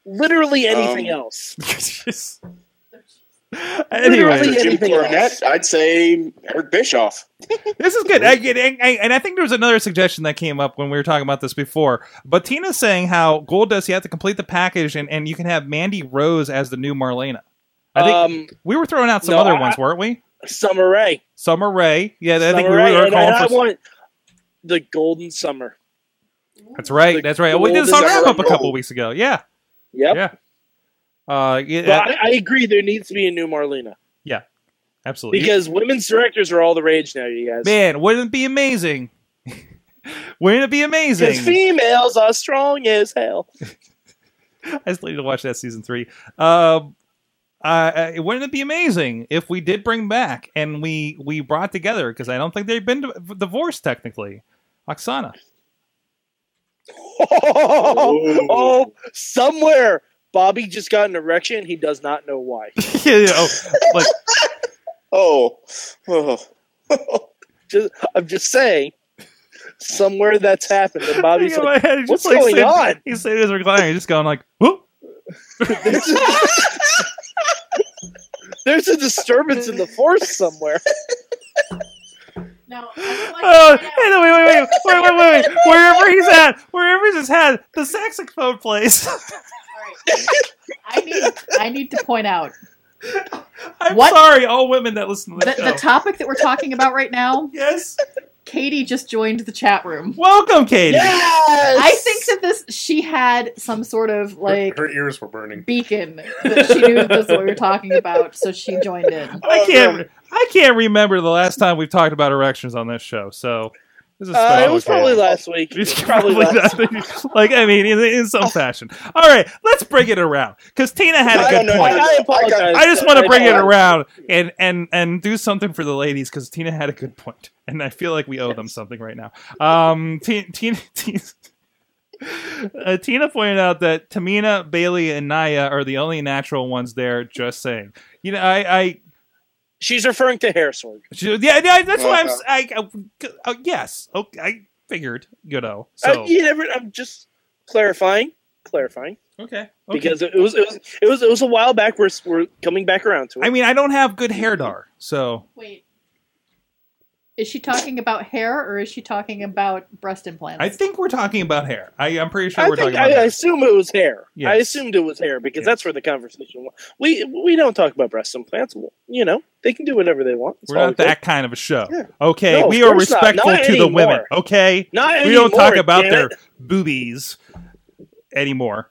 C: literally anything
D: Um,
C: else.
A: anyway,
C: Literally.
D: Jim
C: anything
D: Cornette,
C: else.
D: I'd say Eric Bischoff.
A: this is good. I, I, I, and I think there was another suggestion that came up when we were talking about this before. But Tina's saying how Gold Dust, you have to complete the package, and, and you can have Mandy Rose as the new Marlena. I think
C: Um,
A: we were throwing out some
C: no,
A: other
C: I-
A: ones, weren't we?
C: Summer Rae.
A: Summer Ray. Yeah, I think we
C: Summer
A: were,
C: Rae,
A: we were
C: and I-
A: calling
C: I
A: for.
C: want the Golden Summer.
A: that's right.
C: the
A: That's right. We did
C: Gold
A: this on
D: Summer
A: Ramp Up a couple
D: Gold.
A: weeks ago. Yeah.
C: Yep.
A: Yeah. Uh, yeah,
C: But I, I agree. There needs to be a new Marlena
A: absolutely.
C: because women's directors are all the rage now. You guys,
A: Man, wouldn't it be amazing? wouldn't it be
C: because
A: amazing?
C: females are strong as hell.
A: I still need to watch that season three. Um, uh, uh, wouldn't it be amazing if we did bring back and we we brought together because I don't think they've been d- divorced technically. Oksana,
C: Oh, somewhere Bobby just got an erection. He does not know why.
A: Yeah, yeah, oh, like
D: Oh. oh.
C: Just, I'm just saying, somewhere that's happened. And Bobby's
A: in
C: like,
A: my head, he's
C: "What's
A: just, like,
C: going
A: sitting-
C: on?"
A: He's sitting in his recliner, he's just going like, "Whoop."
C: "There's a disturbance in the force somewhere."
E: Now, I would like
A: Oh,
E: to point out-
A: hey, no, wait, wait, wait, wait, wait, wait, wait. Wherever he's at, wherever he's at, the saxophone plays.
E: Sorry. I need I need to point out
A: I'm
E: What?
A: sorry, all women that listen to
E: the,
A: this
E: the
A: show.
E: topic that we're talking about right now.
A: yes.
E: Katie just joined the chat room.
A: Welcome, Katie.
D: Yes!
E: I think that this she had some sort of like
B: her, her ears were burning.
E: beacon that she knew that this is what we were talking about, so she joined in.
C: Oh,
A: I can't. I can't remember the last time we've talked about erections on this show. So this is
C: Uh, it
A: special
C: was
A: occasion.
C: probably last week. It was
A: It's
C: probably
A: probably
C: last.
A: not- like I mean, in, in some fashion. All right, let's bring it around because Tina had
D: I
A: a
D: don't
A: good
D: know.
A: point.
C: I apologize.
A: I just want to bring it
C: around.
A: around and and and do something for the ladies because Tina had a good point, and I feel like we owe them something right now. Um, Ti- Tina, Tina, uh, Tina pointed out that Tamina, Bailey, and Naya are the only natural ones there. Just saying, you know, I, I
C: She's referring to hair sword.
A: she- yeah, yeah, that's why I'm, s- I, I- uh, yes, okay, I figured, you know, so
C: Uh, you never. I'm just clarifying, clarifying,
A: okay, okay.
C: because it was it was it was it was a while back. We're we're coming back around to it.
A: I mean, I don't have good hair dar, so
E: Wait. Is she talking about hair or is she talking about breast implants?
A: I think we're talking about hair. I, I'm pretty sure
C: I
A: we're
C: think
A: talking about
C: I, I
A: hair.
C: assume it was hair. I
A: Yes.
C: assumed it was hair because
A: Yes.
C: that's where the conversation was. We we don't talk about breast implants. Well, you know, they can do whatever they want. It's
A: We're
C: all
A: not
C: good.
A: that kind of a show.
C: Yeah.
A: Okay,
C: No, of
A: we are
C: course not.
A: respectful
C: Not
A: to the women.
C: anymore.
A: Okay,
C: Not
A: we don't talk
C: anymore,
A: about
C: damn
A: their
C: it.
A: boobies anymore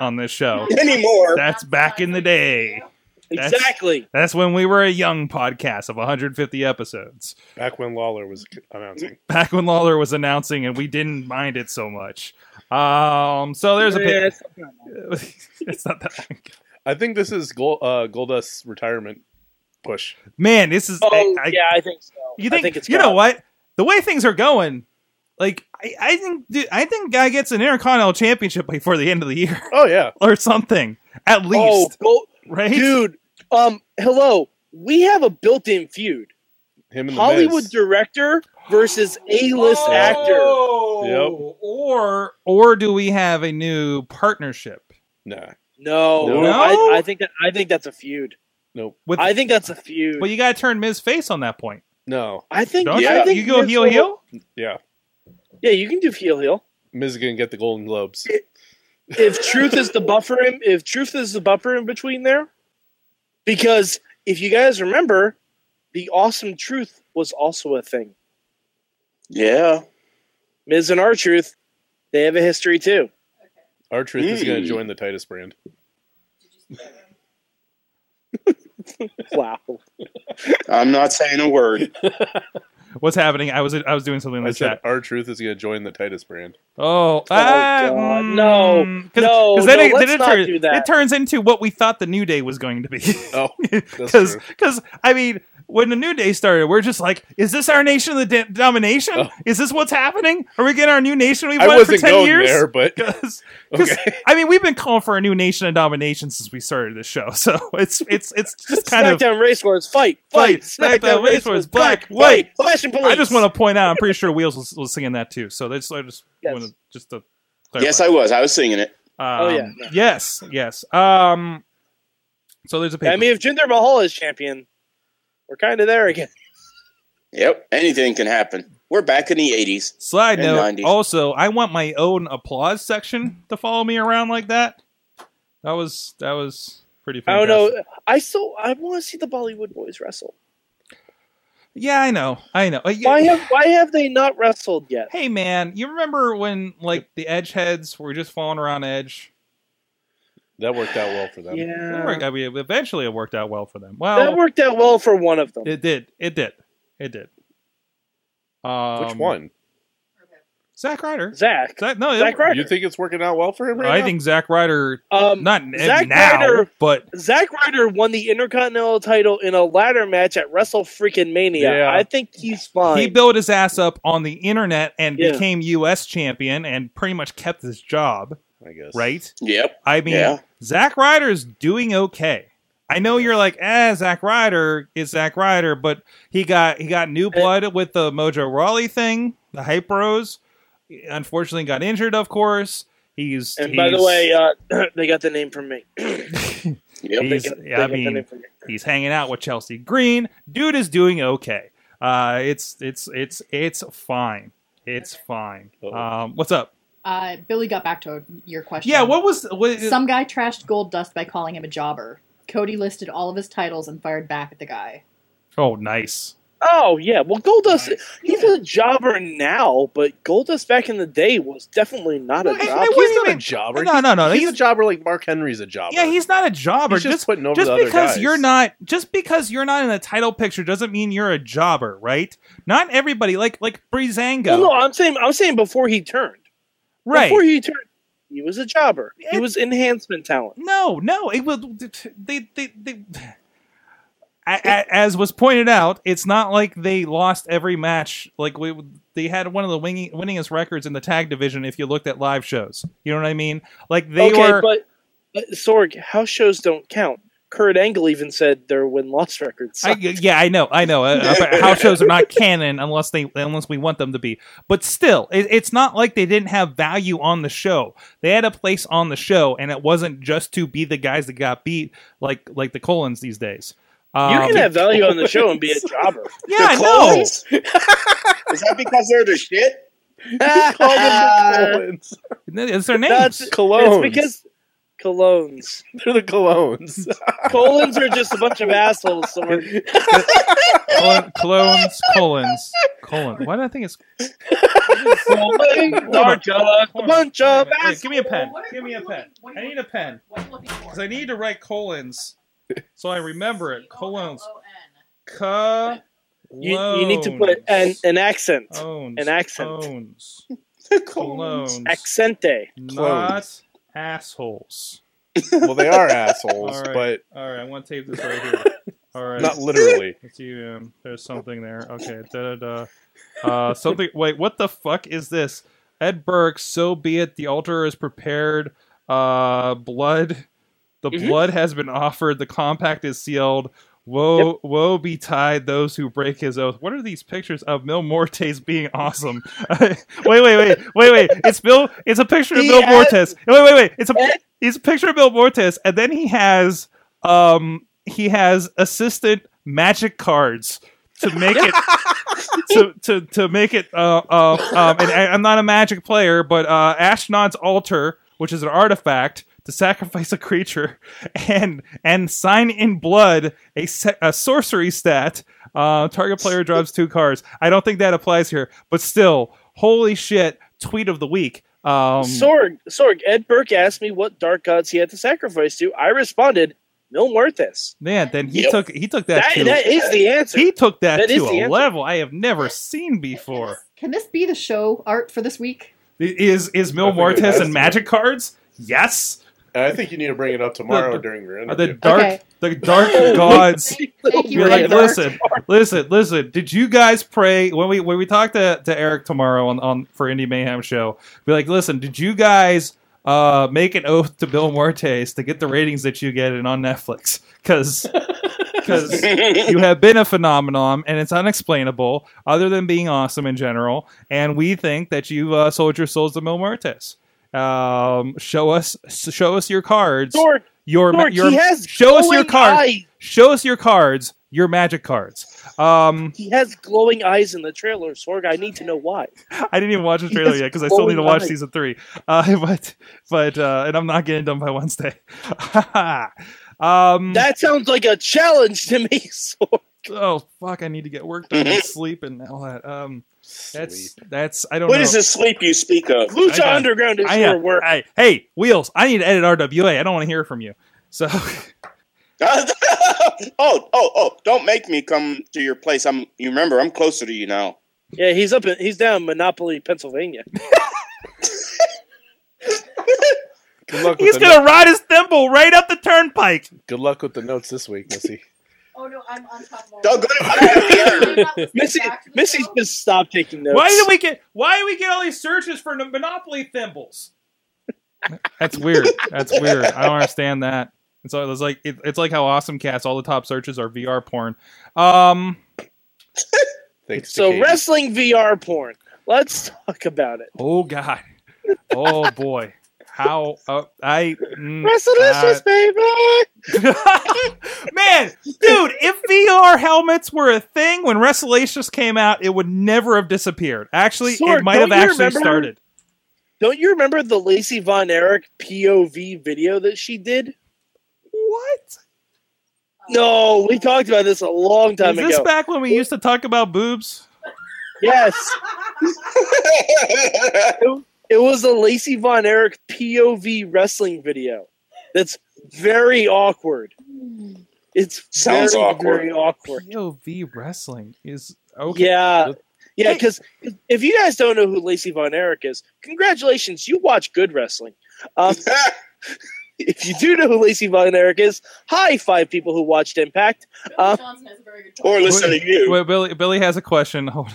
A: on this show.
D: Anymore.
A: That's back in the day. that's-
C: exactly.
A: That's when we were a young podcast of 150 episodes.
B: Back when Lawler was announcing,
A: Back when Lawler was announcing, and we didn't mind it so much. Um, so there's a bit. it's not that
B: I think this is Gold, uh, Goldust's retirement push.
A: man. This is. I-
C: Oh
A: I-
C: yeah, I think so.
A: You
C: I
A: think,
C: think it's
A: you know
C: gone.
A: what? The way things are going, like I, I think, dude, I think guy gets an Intercontinental Championship before the end of the year
B: Oh yeah,
A: or something, at
C: Oh,
A: least,
C: go,
A: right?
C: dude. Um, hello. We have a built-in feud:
B: him and the
C: Hollywood
B: Miz.
C: director versus A-list
A: Oh.
C: actor.
B: Oh. Yep.
A: Or or do we have a new partnership
B: Nah,
C: No,
B: No?
C: I, I think that I think that's a feud.
B: nope,
A: with?
C: I think that's a feud.
A: but you gotta turn Miz face on that point,
B: no,
C: I think,
A: don't
C: yeah, I
A: you?
C: think
A: You go
C: Vince
A: heel
C: will-
A: heel.
B: yeah.
C: Yeah, you can do heel heel.
B: Miz is gonna get the Golden Globes.
C: If truth is the buffer, in, if truth is the buffer in between there, because if you guys remember, the awesome truth was also a thing.
D: Yeah.
C: Miz and our truth, they have a history too.
B: Our truth is gonna
D: Mm.
B: join the Titus brand.
C: Wow.
D: I'm not saying a word.
A: What's happening? I was I was doing something
B: I
A: like
B: said
A: that.
B: our truth is gonna join the Titus brand.
A: Oh, mm,
C: God. No. No, no, let's not
A: turns,
C: do that.
A: It turns into what we thought the new day was going to be.
B: Oh, that's
A: because
B: true.
A: because I mean, when the new day started, we're just like, is this our nation of the de- domination?
B: Oh.
A: Is this what's happening? Are we getting our new nation we've
B: I
A: wanted for
B: wasn't
A: ten
B: going
A: years?
B: there, but
A: 'Cause- 'cause,
B: okay.
A: I mean, we've been calling for a new nation of domination since we started this show, so it's it's it's just kind of.
C: SmackDown race wars fight,
A: Fight,
C: fight.
A: SmackDown race wars, black, white.
C: flash and police.
A: I just want to point out, I'm pretty sure Wheels was, was singing that too. So that's I just
C: Yes.
A: want to just to clarify.
D: yes, I was. I was singing it.
A: Um,
C: Oh, yeah. No.
A: Yes, yes. Um, so there's a paper.
C: I mean, if Jinder Mahal is champion, we're kind of there again.
D: Yep. Anything can happen. We're back in the 80s.
A: Slide
D: And
A: note.
D: 90s.
A: Also, I want my own applause section to follow me around like that. That was that was pretty.
C: I
A: Fantastic.
C: don't know. I still I want to see the Bollywood boys wrestle.
A: Yeah, I know. I know. Uh, yeah.
C: Why have why have they not wrestled yet?
A: hey, man, you remember when like the edge heads were just falling around edge?
B: that worked out well for them.
A: It worked-
C: Yeah,
A: I mean, eventually it worked out well for them. Well,
C: that worked out well for one of them.
A: it did. It did. It did. Um,
B: Which one?
A: Zach Ryder.
C: Zach,
A: Zach, no, it-
C: Zach Ryder.
B: You think it's working out well for him? Right
A: I
B: now?
A: think Zach Ryder.
C: um,
A: Not
C: Zack
A: now,
C: Ryder-
A: but
C: Zack Ryder won the Intercontinental title in a ladder match at Wrestle Freaking Mania.
B: Yeah.
C: I think he's fine.
A: He built his ass up on the internet and
C: Yeah.
A: became U.S. champion and pretty much kept his job,
B: I guess.
A: right?
D: Yep.
A: I mean,
D: Yeah.
A: Zack Ryder's doing okay. I know you're like, eh, Zack Ryder is Zack Ryder, but he got he got new blood with the Mojo Rawley thing, the Hype Bros. Unfortunately, got injured, of course. He's
C: and by the
A: he's-
C: way, uh, they got the name from me.
D: Yep.
C: They
A: he's,
C: got- they
A: I
C: got the
A: mean,
C: name from me.
A: he's hanging out with Chelsea Green. Dude is doing okay. Uh, it's it's it's it's fine. It's fine.
F: Uh-oh.
A: Um, what's up?
E: Uh, Billy got back to your question.
A: Yeah, what was what,
E: Some guy trashed Gold Dust by calling him a jobber. Cody listed all of his titles and fired back at the guy.
A: Oh, nice.
C: Oh yeah, well Goldust he's a jobber now, but Goldust back in the day was definitely not a
A: No, I- I
C: jobber.
A: wait
B: He's
A: a
B: not a
A: minute.
B: jobber.
A: No, no, no.
B: Uh, He's,
A: He's,
B: a jobber like Mark Henry's a jobber.
A: yeah, he's not a jobber.
B: He's just,
A: just
B: putting over
A: just
B: the other
A: because
B: guys.
A: you're not just because you're not in a title picture doesn't mean you're a jobber, right? Not everybody like like Brizango,
C: Well, no, I'm saying I'm saying before he turned.
A: right?
C: Before he turned, he was a jobber. He
A: Yeah.
C: was enhancement talent.
A: No, no. It was they they they. A- a- As was pointed out, it's not like they lost every match. Like we, they had one of the winning, winningest records in the tag division. If you looked at live shows, you know what I mean. Like they
C: okay,
A: were.
C: but, but Sorg, house shows don't count. Kurt Angle even said their win loss records.
A: I, yeah, I know, I know. Uh, uh, house shows are not canon unless they unless we want them to be. But still, it, it's not like they didn't have value on the show. They had a place on the show, and it wasn't just to be the guys that got beat, like like the Colons these days. Um,
C: you can have value on the show and be a jobber.
A: yeah, I
D: The
A: know.
D: Colons? Is that because they're the shit?
C: Call them
B: Colognes.
A: It's their
C: the
A: names.
C: That's
B: Colognes.
C: It's because colognes.
B: They're the colognes.
C: Colons are just a bunch of assholes. So we're-
A: Colon, colons, colons, colon. Why do I think it's?
C: colons are just a bunch of
A: Hey,
C: assholes.
A: give me a pen. Give me a pen. I need a pen
E: What are you looking for?
A: because I need to write colons, so I remember it. Colons.
E: C-O-L-O-N.
A: Colons.
C: You, you need to put an, an accent.
A: Owns,
C: an accent.
A: Owns,
D: The Colons.
A: colons,
C: Accente.
A: not assholes.
B: well, they are assholes,
A: All right.
B: but
A: All right, I want to tape this right here. All right,
B: not literally.
A: Let's see, um, there's something there. Okay, da da da. Uh, something. Wait, what the fuck is this? Ed Burke. So be it. The altar is prepared. Uh, blood. The
C: Mhm.
A: blood has been offered. The compact is sealed. Woe, woe betide those who break his oath. What are these pictures of Mil Mortes being awesome? wait, wait, wait, wait, wait. It's Bill. It's a picture of
C: He
A: Bill
C: has-
A: Mortes. Wait, wait, wait. It's a. It's a picture of Bill Mortes, and then he has um he has assistant magic cards to make it to, to to make it uh, uh um and I, I'm not a magic player but uh Ashnod's altar which is an artifact to sacrifice a creature and and sign in blood a, se- a sorcery stat uh target player drops two cards I don't think that applies here but still holy shit tweet of the week um
C: Sorg, Sorg, Ed Burke asked me what dark gods he had to sacrifice to. I responded, Mil Muertes.
A: man then he
D: Yep.
A: took he took that,
C: That,
A: to
C: that is the answer.
A: He took that,
C: That
A: to
C: is
A: a
C: the answer.
A: level I have never seen
E: Can
A: before.
E: this, can this be the show art for this week?
A: Is is
B: I
A: Mil
B: think it has
A: Mortes
B: to.
A: and magic cards? Yes.
B: And I think you need to bring it up tomorrow
A: The- the-
B: during your
A: Are the
B: interview.
A: dark
E: Okay.
A: the dark gods?
E: Thank you,
A: You're like,
E: Ed Burke.
A: listen, listen, listen. Did you guys pray when we when we talk to, to Eric tomorrow on, on for Indie Mayhem show? Be like, listen, did you guys uh, make an oath to Bill Mortes to get the ratings that you get in on Netflix? Because because you have been a phenomenon and it's unexplainable other than being awesome in general and we think that you've uh, sold your souls to Mil Muertes. Um, show us show us your cards
C: Sorg,
A: your ma-
C: Sorg,
A: your
C: he has
A: show us your
C: glowing
A: cards
C: eyes.
A: show us your cards your magic cards um
C: He has glowing eyes in the trailer, Sorg. I need to know why.
A: i didn't even watch the trailer yet because i still need to watch season three uh but but uh and i'm not getting done by wednesday um
C: That sounds like a challenge to me, Sorg.
A: oh fuck i need to get work done and sleep and all that um that's that's i don't
D: What
A: know
D: is the sleep you speak of?
C: Lucha
A: I- I-
C: Underground is
A: I
C: your
A: am.
C: work.
A: I, hey, Wheels, I need to edit RWA. I don't want to hear from you. So,
D: oh, oh, oh! Don't make me come to your place. I'm. You remember, I'm closer to you now.
C: Yeah, he's up. In, he's down in Monopoly, Pennsylvania.
B: Good luck, with
A: he's
B: the no-
A: going to ride his thimble right up the turnpike.
B: good luck with the notes this week, Missy.
E: Oh no, I'm on top of all
D: Don't go
E: this.
D: to
E: I'm not listening
C: Missy,
E: back to the
C: Missy's
E: show.
C: just stopped taking notes.
A: Why did we get why do we get all these searches for n- Monopoly thimbles? That's weird. That's weird. I don't understand that. It's all- it's like it- it's like how awesome cats all the top searches are VR porn. Um
B: Thanks.
C: so
B: to Katie.
C: wrestling VR porn. Let's talk about it.
A: oh god. Oh boy. how uh, I mm,
C: Wrestlelicious, baby.
A: Man, dude, if VR helmets were a thing when Wrestlelacious came out, it would never have disappeared. Actually,
C: Sorg,
A: it might have
C: don't you
A: actually
C: remember?
A: started.
C: Don't you remember the Lacey Von Erich POV video that she did?
A: What?
C: No, we talked about this a long
A: Is
C: time
A: this
C: ago.
A: back when we used to talk about boobs?
C: yes, it was a Lacey Von Erich POV wrestling video. That's very awkward. It's
D: Sounds
C: very,
D: awkward.
C: Very awkward.
A: POV wrestling is okay.
C: Yeah. Yeah,
A: Hey.
C: because if you guys don't know who Lacey Von Erich is, congratulations, you watch good wrestling. Um, if you do know who Lacey Von Erich is, high five people who watched Impact. Uh,
E: Johnson has a very good
D: or listen to you.
A: Wait, Billy, Billy has a question. Hold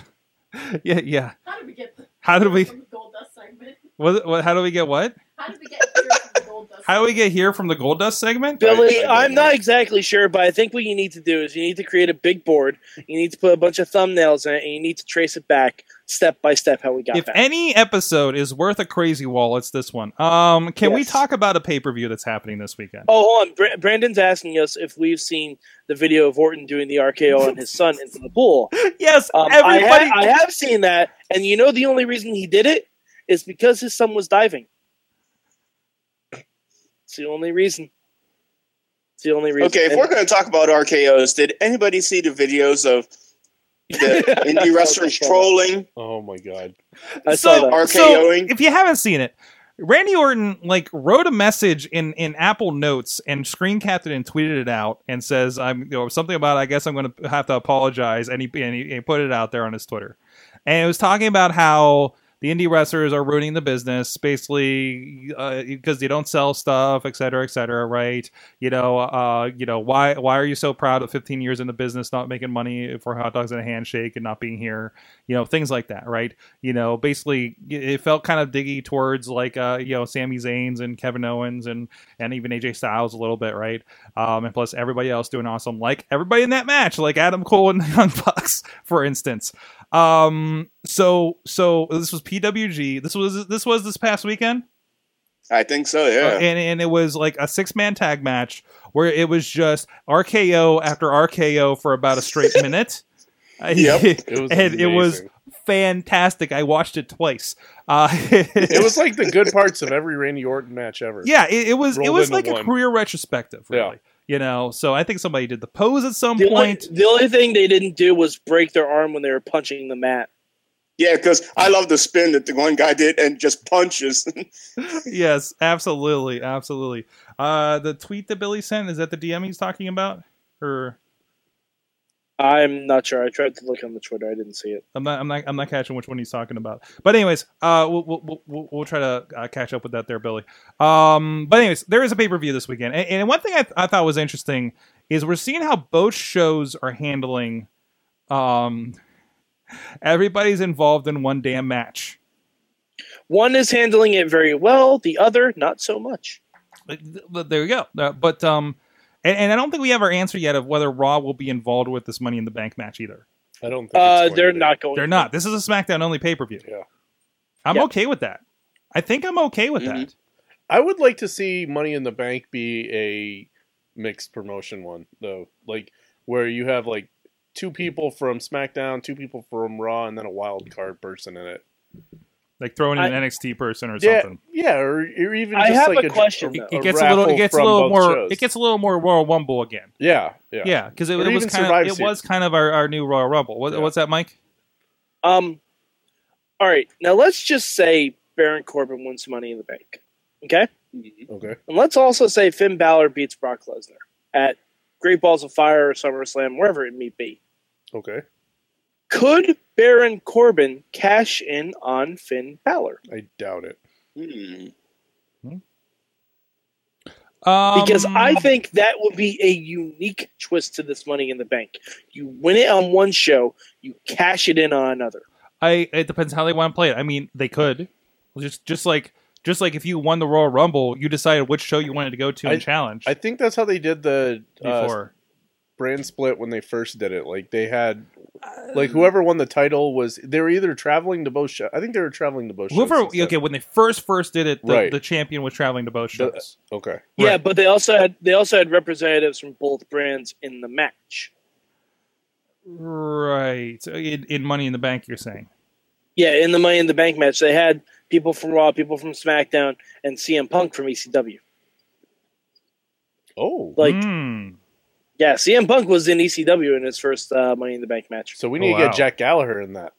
A: on. Yeah, yeah.
E: How did we get the-
A: How did we?
E: from the gold dust segment?
A: What, what? How do we get what?
E: How did we get here from the gold dust?
A: How do we get here from the gold dust segment?
C: Billy,
D: Right, right,
C: I'm not exactly sure, but I think what you need to do is you need to create a big board, you need to put a bunch of thumbnails in it, and you need to trace it back step by step how we got
A: if
C: back.
A: any episode is worth a crazy wall, it's this one. Um, can we
C: Yes.
A: talk about a pay per view that's happening this weekend?
C: oh, hold on. Bra- Brandon's asking us if we've seen the video of Orton doing the RKO on his son into the pool.
A: Yes,
C: Um, I,
A: everybody.
C: ha- I have seen that, and you know the only reason he did it is because his son was diving. It's the only reason. It's the only reason.
D: Okay, if
C: And-
D: we're going to talk about RKO's, did anybody see the videos of the indie wrestlers trolling?
B: Oh my god.
C: I
A: so,
C: saw that.
A: so
D: RKOing.
A: if you haven't seen it, Randy Orton like wrote a message in in Apple Notes and screen capped it and tweeted it out and says I'm you know something about I guess I'm going to have to apologize and he, and he he put it out there on his Twitter and it was talking about how the indie wrestlers are ruining the business basically because they don't sell stuff et cetera et cetera right you know uh you know why why are you so proud of 15 years in the business not making money for hot dogs and a handshake and not being here you know things like that right you know, basically it felt kind of diggy towards like uh, you know, Sami Zayn's and Kevin Owens and and even AJ Styles a little bit, right? Um, and plus everybody else doing awesome, like everybody in that match, like Adam Cole and the Young Bucks, for instance. Um, so so this was PWG. This was this was this past weekend,
D: I think so,
A: Uh,
D: yeah.
A: and and it was like a six man tag match where it was just RKO after RKO for about a straight minute.
D: Yep.
B: It was
A: and it was
B: amazing.
A: fantastic. I watched it twice. Uh,
B: it was like the good parts of every Randy Orton match ever.
A: yeah, it, it was it
B: rolled
A: was
B: into
A: like a
B: one.
A: career retrospective,
B: Yeah.
A: really. You know, so I think somebody did the pose at some
C: The only,
A: point.
C: the only thing they didn't do was break their arm when they were punching the mat.
D: Yeah, because I love the spin that the one guy did and just punches.
A: yes, absolutely, absolutely. Uh, the tweet that Billy sent is that the DM he's talking about, or
C: I'm not sure. I tried to look on the Twitter. I didn't see it.
A: I'm not, I'm not, I'm not catching which one he's talking about. But anyways, uh, we'll we'll, we'll- we'll, we'll try to uh, catch up with that there, Billy. Um, but anyways, there is a pay per view this weekend, and, and one thing I, th- I thought was interesting is we're seeing how both shows are handling, um, everybody's involved in one damn match.
C: One is handling it very well. The other, not so much.
A: Like, th- th- There you go. Uh, but um, and, and I don't think we have our answer yet of whether Raw will be involved with this Money in the Bank match either.
B: I don't think it's
C: Uh,
B: going
C: they're
B: to be.
C: not going.
A: They're not. This is a SmackDown only pay per view.
B: Yeah.
A: I'm
C: Yeah.
A: okay with that. I think I'm okay with
D: Mhm.
A: that.
B: I would like to see Money in the Bank be a mixed promotion one though, like where you have like two people from SmackDown, two people from Raw, and then a wild card person in it.
A: like throwing in
C: I-
A: an NXT person or
B: yeah,
A: something.
B: yeah, or, or even
C: I
B: just
C: have
B: like
C: a question,
A: It,
C: though.
A: it gets a little,
B: raffle
A: it gets a
B: from
A: little
B: both
A: more,
B: shows.
A: it gets a little more Royal Rumble again.
B: yeah, yeah,
A: Yeah, because it,
B: Or
A: it was
B: even
A: kind of,
B: Survivor
A: it
B: Series.
A: was kind of our, our new Royal Rumble. What,
B: Yeah.
A: What's that, Mike?
C: Um, all right. Now let's just say Baron Corbin wins Money in the Bank. Okay,
B: Okay,
C: and let's also say Finn Balor beats Brock Lesnar at Great Balls of Fire or SummerSlam, wherever it may be.
B: okay,
C: Could Baron Corbin cash in on Finn Balor?
B: I doubt it.
D: Hmm.
A: Um,
C: Because I think that would be a unique twist to this Money in the Bank. You win it on one show, you cash it in on another.
A: I it depends how they want to play it. I mean, they could just just like just like if you won the Royal Rumble, you decided which show you wanted to go to and
B: I-
A: challenge
B: I think that's how they did the uh,
A: before.
B: brand split when they first did it. Like they had
C: Uh,
B: Like whoever won the title was they were either traveling to both shows. I think they were traveling to both
A: Whoever,
B: shows. instead.
A: okay, when they first first did it, the,
B: Right.
A: the champion was traveling to both
B: The-
A: shows.
B: okay.
C: Yeah,
A: Right.
C: but they also had they also had representatives from both brands in the match.
A: right. In, in Money in the Bank, you're saying.
C: Yeah, in the Money in the Bank match, they had people from Raw, people from SmackDown, and CM Punk from ECW.
B: Oh,
C: Like,
A: Hmm.
C: yeah, CM Punk was in ECW in his first uh, Money in the Bank match.
B: so we need to
A: oh, Wow.
B: get Jack Gallagher in that.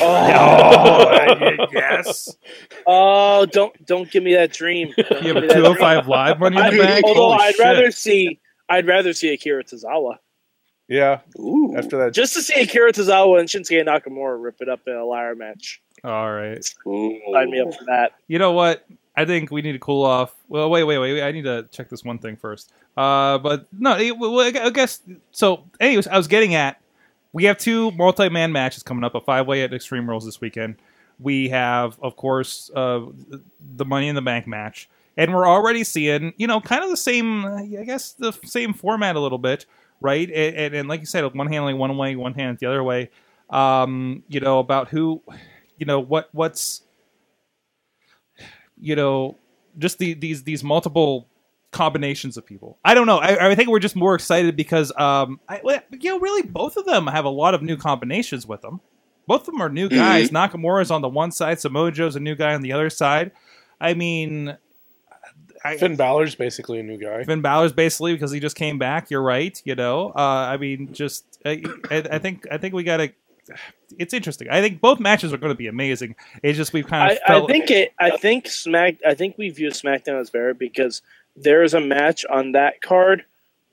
A: oh, yes.
C: Oh, don't don't give me that dream. Don't
A: You
C: give
A: have
C: me
A: a
C: that dream.
A: 205 live Money in the
C: I-
A: Bank.
C: although
A: Holy
C: I'd
A: shit.
C: rather see I'd rather see Akira Tozawa
B: Yeah,
D: Ooh.
B: after that,
C: just to see Akira Tozawa and Shinsuke Nakamura rip it up in a liar match.
A: All right.
D: Ooh.
C: Sign me up for that.
A: You know what? I think we need to cool off. Well, wait, wait, wait. I need to check this one thing first. Uh, but no, it, well, I gu- I guess. So, anyways, I was getting at we have two multi man matches coming up a five way at Extreme Rules this weekend. We have, of course, uh, the Money in the Bank match. And we're already seeing, you know, kind of the same, uh, I guess, the same format a little bit, right? And, and, and like you said, one hand like one way, one hand the other way. Um, you know, about who, you know, what what's you know just the, these these multiple combinations of people i don't know I, I think we're just more excited because um I, well, you know really both of them have a lot of new combinations with them both of them are new guys nakamura's on the one side samojo's a new guy on the other side i mean I,
B: Finn Balor's basically a new guy.
A: Finn Balor's basically because he just came back. You're right. You know, uh, I mean, just I, I, I think I think we gotta. It's interesting. I think both matches are going to be amazing. It's just we've kind
C: I,
A: of
C: I
A: felt
C: think it. I think Smack. I think we view SmackDown as better because there is a match on that card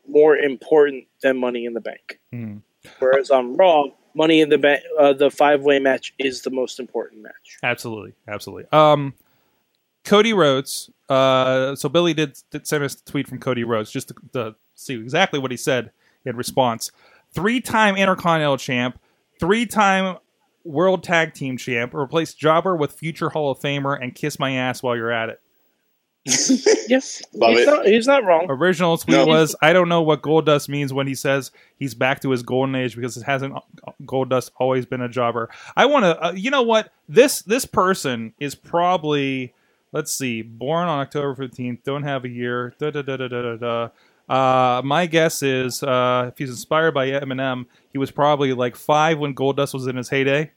C: more important than Money in the Bank.
A: Hmm.
C: Whereas on Raw, Money in the Bank, uh, the five way match is the most important match.
A: Absolutely, absolutely. Um, Cody Rhodes. Uh, so Billy did, did send us a tweet from Cody Rhodes just to, to see exactly what he said in response. Three-time Intercontinental champ, three-time World Tag Team champ, replace Jobber with future Hall of Famer, and kiss my ass while you're at it.
C: Yes,
D: Love
C: he's
D: it.
C: not. He's not wrong.
A: Original tweet
D: No.
A: was, "I don't know what Gold Dust means when he says he's back to his golden age because it hasn't uh, Gold Dust always been a jobber." I want to, uh, you know what? This this person is probably, let's see, born on October fifteenth, don't have a year. Da da da da da da. da. Uh, my guess is uh, if he's inspired by Eminem, he was probably like five when Gold Dust was in his heyday,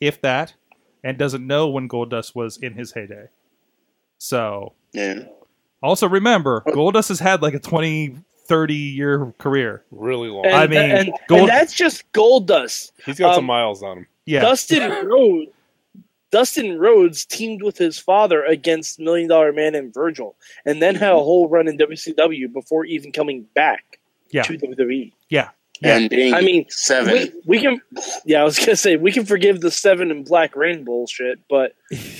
A: if that, and doesn't know when Gold Dust was in his heyday. So
D: Yeah.
A: also, remember, Goldust has had like a 20, 30 year career.
B: Really long.
C: And,
A: I mean,
C: and- and
A: Gold-
C: that's just gold dust.
B: He's got
C: um,
B: some miles on him.
A: Yeah.
C: Dustin Rhodes. Dustin Rhodes teamed with his father against Million Dollar Man and Virgil, and then had a whole run in WCW before even coming back
A: Yeah.
C: to WWE.
A: Yeah.
D: And being
C: I mean,
D: seven.
C: we, we can, yeah, I was gonna say we can forgive the Seven and Black Rain bullshit, but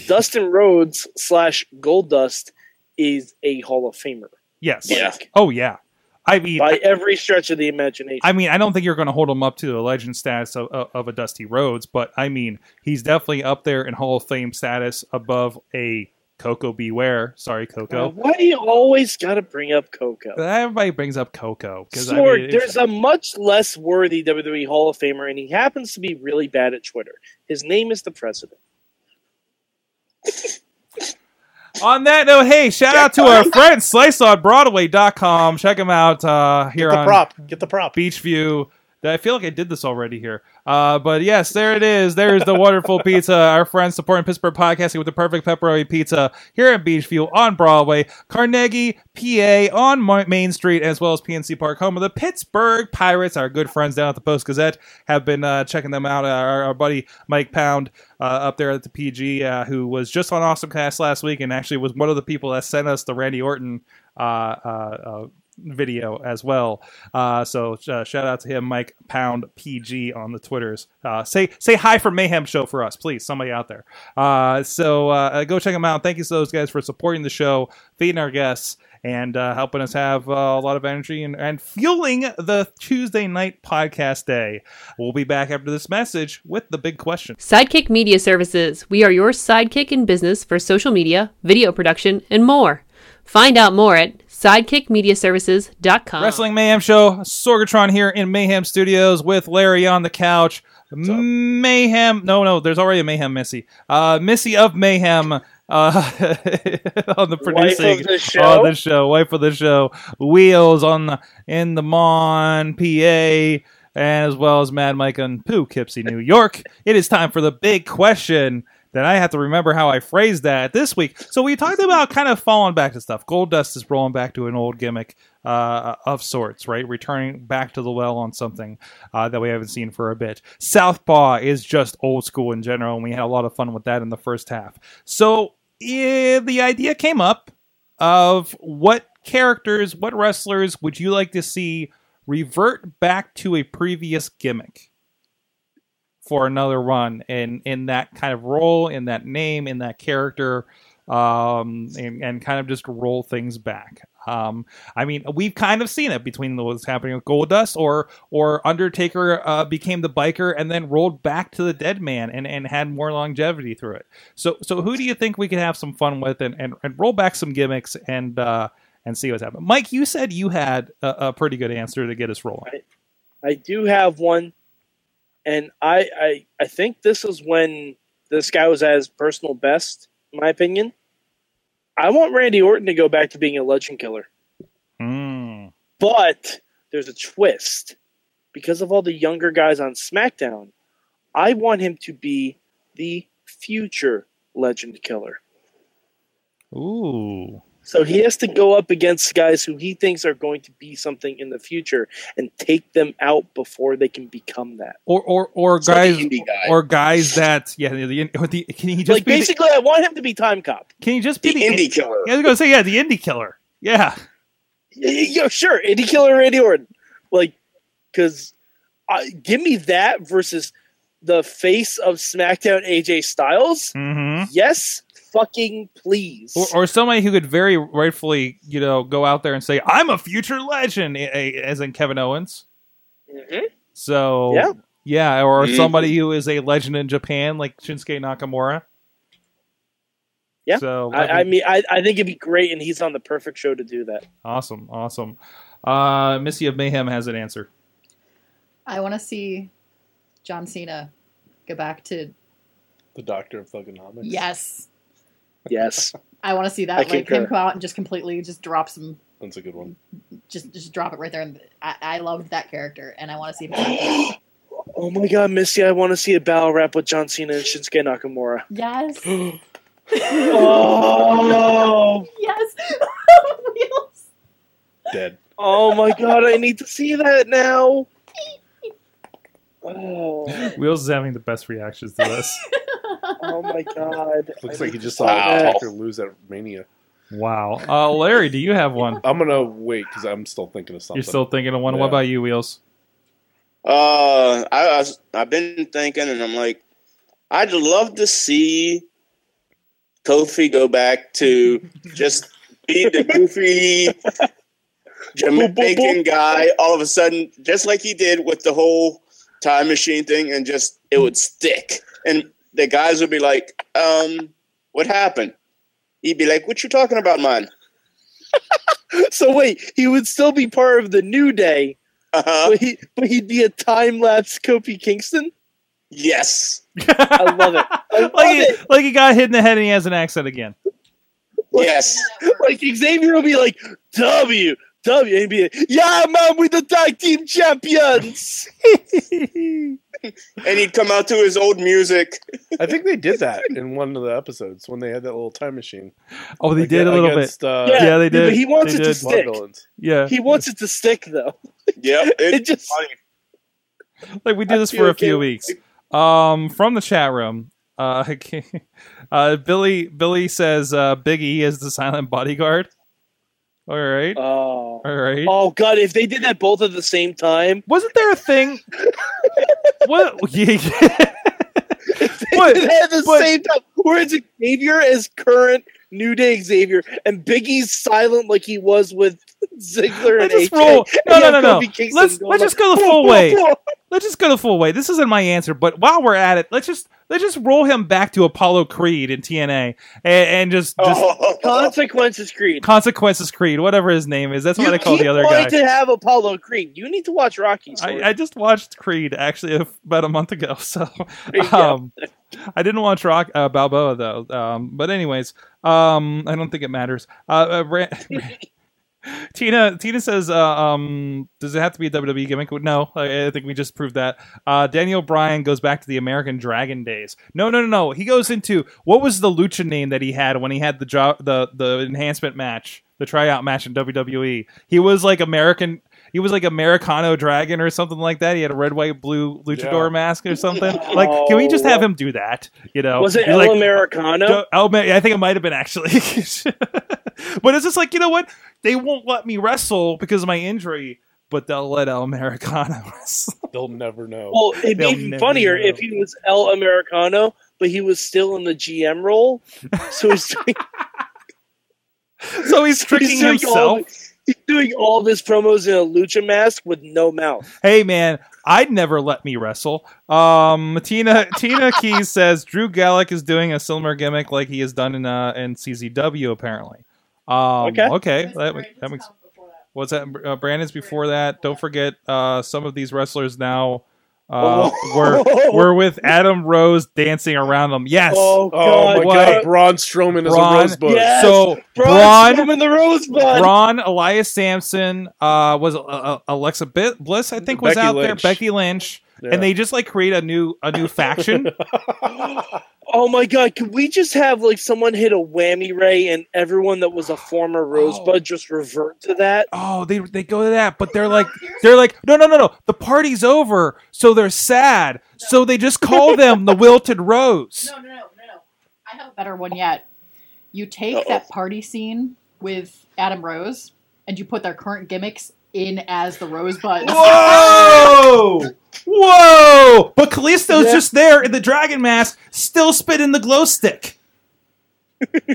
C: Dustin Rhodes slash Gold Dust is a Hall of Famer
A: yes.
D: Yeah.
A: Oh, yeah. I mean,
C: by every stretch of the imagination.
A: I mean, I don't think you're going to hold him up to the legend status of, of, of a Dusty Rhodes, but I mean, he's definitely up there in Hall of Fame status above a Coco Beware. Sorry,
C: Uh,
A: Coco.
C: Why do you always gotta bring up
A: Uh,
C: Coco?
A: Everybody brings up Coco because I
C: Sorg,
A: mean, it's-
C: there's a much less worthy WWE Hall of Famer, and he happens to be really bad at Twitter. His name is the president.
A: on that note, hey, shout out to our friend Slice on Broadway.com. Check him out uh, here
B: Get the
A: on
B: prop. Get the prop.
A: Beachview. I feel like I did this already here. Uh, but yes, there it is. There's the wonderful pizza. Our friends supporting Pittsburgh podcasting with the perfect pepperoni pizza here at Beachview on Broadway, Carnegie, PA on Ma- Main Street, as well as PNC Park, home of the Pittsburgh Pirates. Our good friends down at the Post Gazette have been uh, checking them out. Our, our buddy Mike Pound uh, up there at the PG, uh, who was just on AwesomeCast last week and actually was one of the people that sent us the Randy Orton uh, uh, uh, video as well. Uh, so uh, shout out to him, Mike Pound PG on the Twitters. Uh, say say hi for Mayhem Show for us, please. Somebody out there. Uh, so uh, uh, go check them out. Thank you to those guys for supporting the show, feeding our guests, and uh, helping us have uh, a lot of energy and, and fueling the Tuesday night podcast day. We'll be back after this message with the big question.
F: Sidekick Media Services. We are your sidekick in business for social media, video production, and more. Find out more at sidekickmediaservices.com.
A: Wrestling Mayhem Show, Sorgatron here in Mayhem Studios with Larry on the couch.
B: up?
A: Mayhem, no, no, there's already a Mayhem Missy. Uh, Missy of Mayhem uh, on the producing
C: Wife of the show.
A: on the show, wife of the show, Wheels on the in the Mon PA, as well as Mad Mike on Poughkeepsie, New York. It is time for the big question that I have to remember how I phrased that this week. So we talked about kind of falling back to stuff. Gold Dust is rolling back to an old gimmick uh, of sorts, right? Returning back to the well on something uh, that we haven't seen for a bit. Southpaw is just old school in general, and we had a lot of fun with that in the first half. So eh, the idea came up of what characters, what wrestlers would you like to see revert back to a previous gimmick for another run in in that kind of role, in that name, in that character, um, and, and kind of just roll things back. Um, I mean, we've kind of seen it between what's happening with Goldust or or Undertaker uh, became the biker and then rolled back to the dead man and, and had more longevity through it. So so who do you think we could have some fun with and, and, and roll back some gimmicks and uh, and see what's happening? Mike, you said you had a, a pretty good answer to get us rolling.
C: I do have one, and I, I I think this is when this guy was at his personal best, in my opinion. I want Randy Orton to go back to being a legend killer,
A: Mm.
C: but there's a twist because of all the younger guys on SmackDown. I want him to be the future legend killer.
A: Ooh.
C: So he has to go up against guys who he thinks are going to be something in the future and take them out before they can become that.
A: Or or or
D: It's like
A: guys
D: an indie guy.
A: or guys that yeah the, the, can he just
C: like
A: be the-
C: basically, I want him to be Time Cop.
A: can he just
D: the
A: be
D: indie killer.
A: I was gonna say yeah the indie killer yeah
C: Y- y- Yo, sure, Indy Killer Randy Orton, like, because give me that versus the face of SmackDown AJ Styles.
A: mm-hmm.
C: Yes, fucking please.
A: or, or somebody who could very rightfully, you know, go out there and say, "I'm a future legend," a- a- as in Kevin Owens.
C: Mhm.
A: So
C: Yeah.
A: yeah, or
D: Mhm.
A: somebody who is a legend in Japan, like Shinsuke Nakamura.
C: Yeah.
A: So that'd be
C: I, I mean, I, I think it'd be great, and he's on the perfect show to do that.
A: awesome, awesome. Uh, Missy of Mayhem has an answer.
E: I want to see John Cena go back to
B: The Doctor of Thugonomics.
E: yes.
C: Yes,
E: I want to see that
C: I
E: like him
C: concur.
E: come out and just completely just drop some
B: That's a good one.
E: just just drop it right there. And I, I loved that character, and I want to see. Him.
C: oh my God, Missy, I want to see a battle rap with John Cena and Shinsuke Nakamura.
E: yes,
C: Oh,
E: yes, Wheels.
B: Dead.
C: oh my God, I need to see that now. Oh.
A: Wheels is having the best reactions to this.
C: Oh my god.
B: Looks
C: I
B: like
C: need
B: he just
C: to
B: saw
D: Wow.
B: the
C: find
B: Doctor lose at Mania.
A: wow, uh, Larry, do you have one?
B: I'm gonna wait because I'm still thinking of something.
A: You're still thinking of one. What
B: Yeah.
A: about you, Wheels?
D: Uh, I, I was- I've been thinking, and I'm like, I'd love to see Kofi go back to just be the goofy Jamaican guy. All of a sudden, just like he did with the whole time machine thing, and just it would stick, and the guys would be like, "Um, what happened?" He'd be like, "What you talking about, man?"
C: that. So wait, he would still be part of the new day,
D: Uh huh.
C: but he but he'd be a time lapse Kofi Kingston.
D: Yes.
C: I love it. I love
A: like,
C: it.
A: he, like he got hit in the head and he has an accent again.
D: Yes.
C: Like Xavier will be like W W and he'd be like, Yeah man, we the tag team champions.
D: And he'd come out to his old music.
B: I think they did that in one of the episodes when they had that little time machine.
A: Oh, they did a little bit.
B: bit. Uh,
A: Yeah, they did.
C: But he wants
A: They
C: it
A: did.
C: to stick.
B: Villains.
A: Yeah.
C: He wants it to stick though.
D: Yep.
C: It,
D: It,
C: just
A: like we
C: I
A: did this
C: feel
A: for a
C: okay
A: few
C: with
A: weeks. Um, from the chat room, uh, uh, Billy Billy says uh, Big E is the silent bodyguard. All right,
C: Oh.
A: all right.
C: Oh god, if they did that both at the same time,
A: Wasn't there a thing? what? Yeah. what?
C: It had the
A: but-
C: same time. Where it's Xavier as current New Day Xavier, and Biggie's silent like he was with Ziggler and
A: Let's just
C: AJ.
A: roll. No,
C: And
A: no,
C: you
A: no,
C: have
A: no.
C: Kofi Kingston
A: Let's
C: going
A: let's
C: like,
A: just go the
C: "Boom,
A: full
C: boom,
A: way.
C: boom."
A: Let's just go the full way. This isn't my answer, but while we're at it, let's just They just roll him back to Apollo Creed in TNA and, and just, just
D: Oh.
C: Consequences Creed.
A: consequences Creed, whatever his name is. That's what
C: you
A: I call
C: keep
A: the other guy.
C: wanting to have Apollo Creed. You need to watch Rocky. Sword.
A: I, I just watched Creed actually about a month ago, so
C: There you go.
A: um, I didn't watch Rock uh, Balboa though. Um, but anyways, um, I don't think it matters. Uh, uh, Ran- Tina Tina says, uh, um, "Does it have to be a WWE gimmick?" No, I, I think we just proved that. Uh, Daniel Bryan goes back to the American Dragon days. No, no, no, no. He goes into what was the lucha name that he had when he had the jo- the the enhancement match, the tryout match in WWE. He was like American. He was like Americano Dragon or something like that. He had a red, white, blue luchador
B: Yeah.
A: mask or something. Like, can we just have him do that? You know,
C: Oh. was it
A: He's
C: El
A: like,
C: Americano?
A: don't- Oh, man, I think it might have been actually. but it's just like, you know what? They won't let me wrestle because of my injury, but they'll let El Americano wrestle.
B: They'll never know.
C: Well, it'd be
A: They'll
C: even
A: never
C: funnier
A: know.
C: if he was El Americano, but he was still in the GM role. So he's doing,
A: so he's tricking
C: he's doing all
A: himself.
C: he's doing all of his promos in a lucha mask with no mouth.
A: Hey, man, I'd never let me wrestle. Um, Tina Tina Keys says Drew Gallic is doing a similar gimmick like he has done in uh, in CZW apparently. Um, okay,
C: Okay.
A: that, ma- that makes What's that? Uh, Brandon's before that. Don't forget, uh, some of these wrestlers now uh, were were with Adam Rose dancing around them. Yes.
C: Oh,
B: oh
C: God.
B: my
A: what?
B: god, Braun Strowman is
A: Braun-
B: a rosebud.
C: Yeah. Yes.
A: So
C: Braun,
A: Braun,
C: in the Rosebud.
A: Braun, Elias Sampson, uh, was uh, uh, Alexa Bi- Bliss, I think, was
B: Becky
A: out there.
B: Lynch.
A: Becky Lynch, and they just like create a new a new faction.
C: Oh my god, could we just have like someone hit a whammy ray and everyone that was a former Rosebud just revert to that?
A: oh, they they go to that, but they're like they're like no no no no. The party's over, so they're sad. So they just call them the Wilted Rose.
E: No, no, no, no, no. I have a better one yet. You take
D: Uh-oh.
E: that party scene with Adam Rose and you put their current gimmicks in as the Rosebuds.
A: Whoa! Whoa! But Callisto's
C: Yeah.
A: just there in the dragon mask, still spitting the glow stick.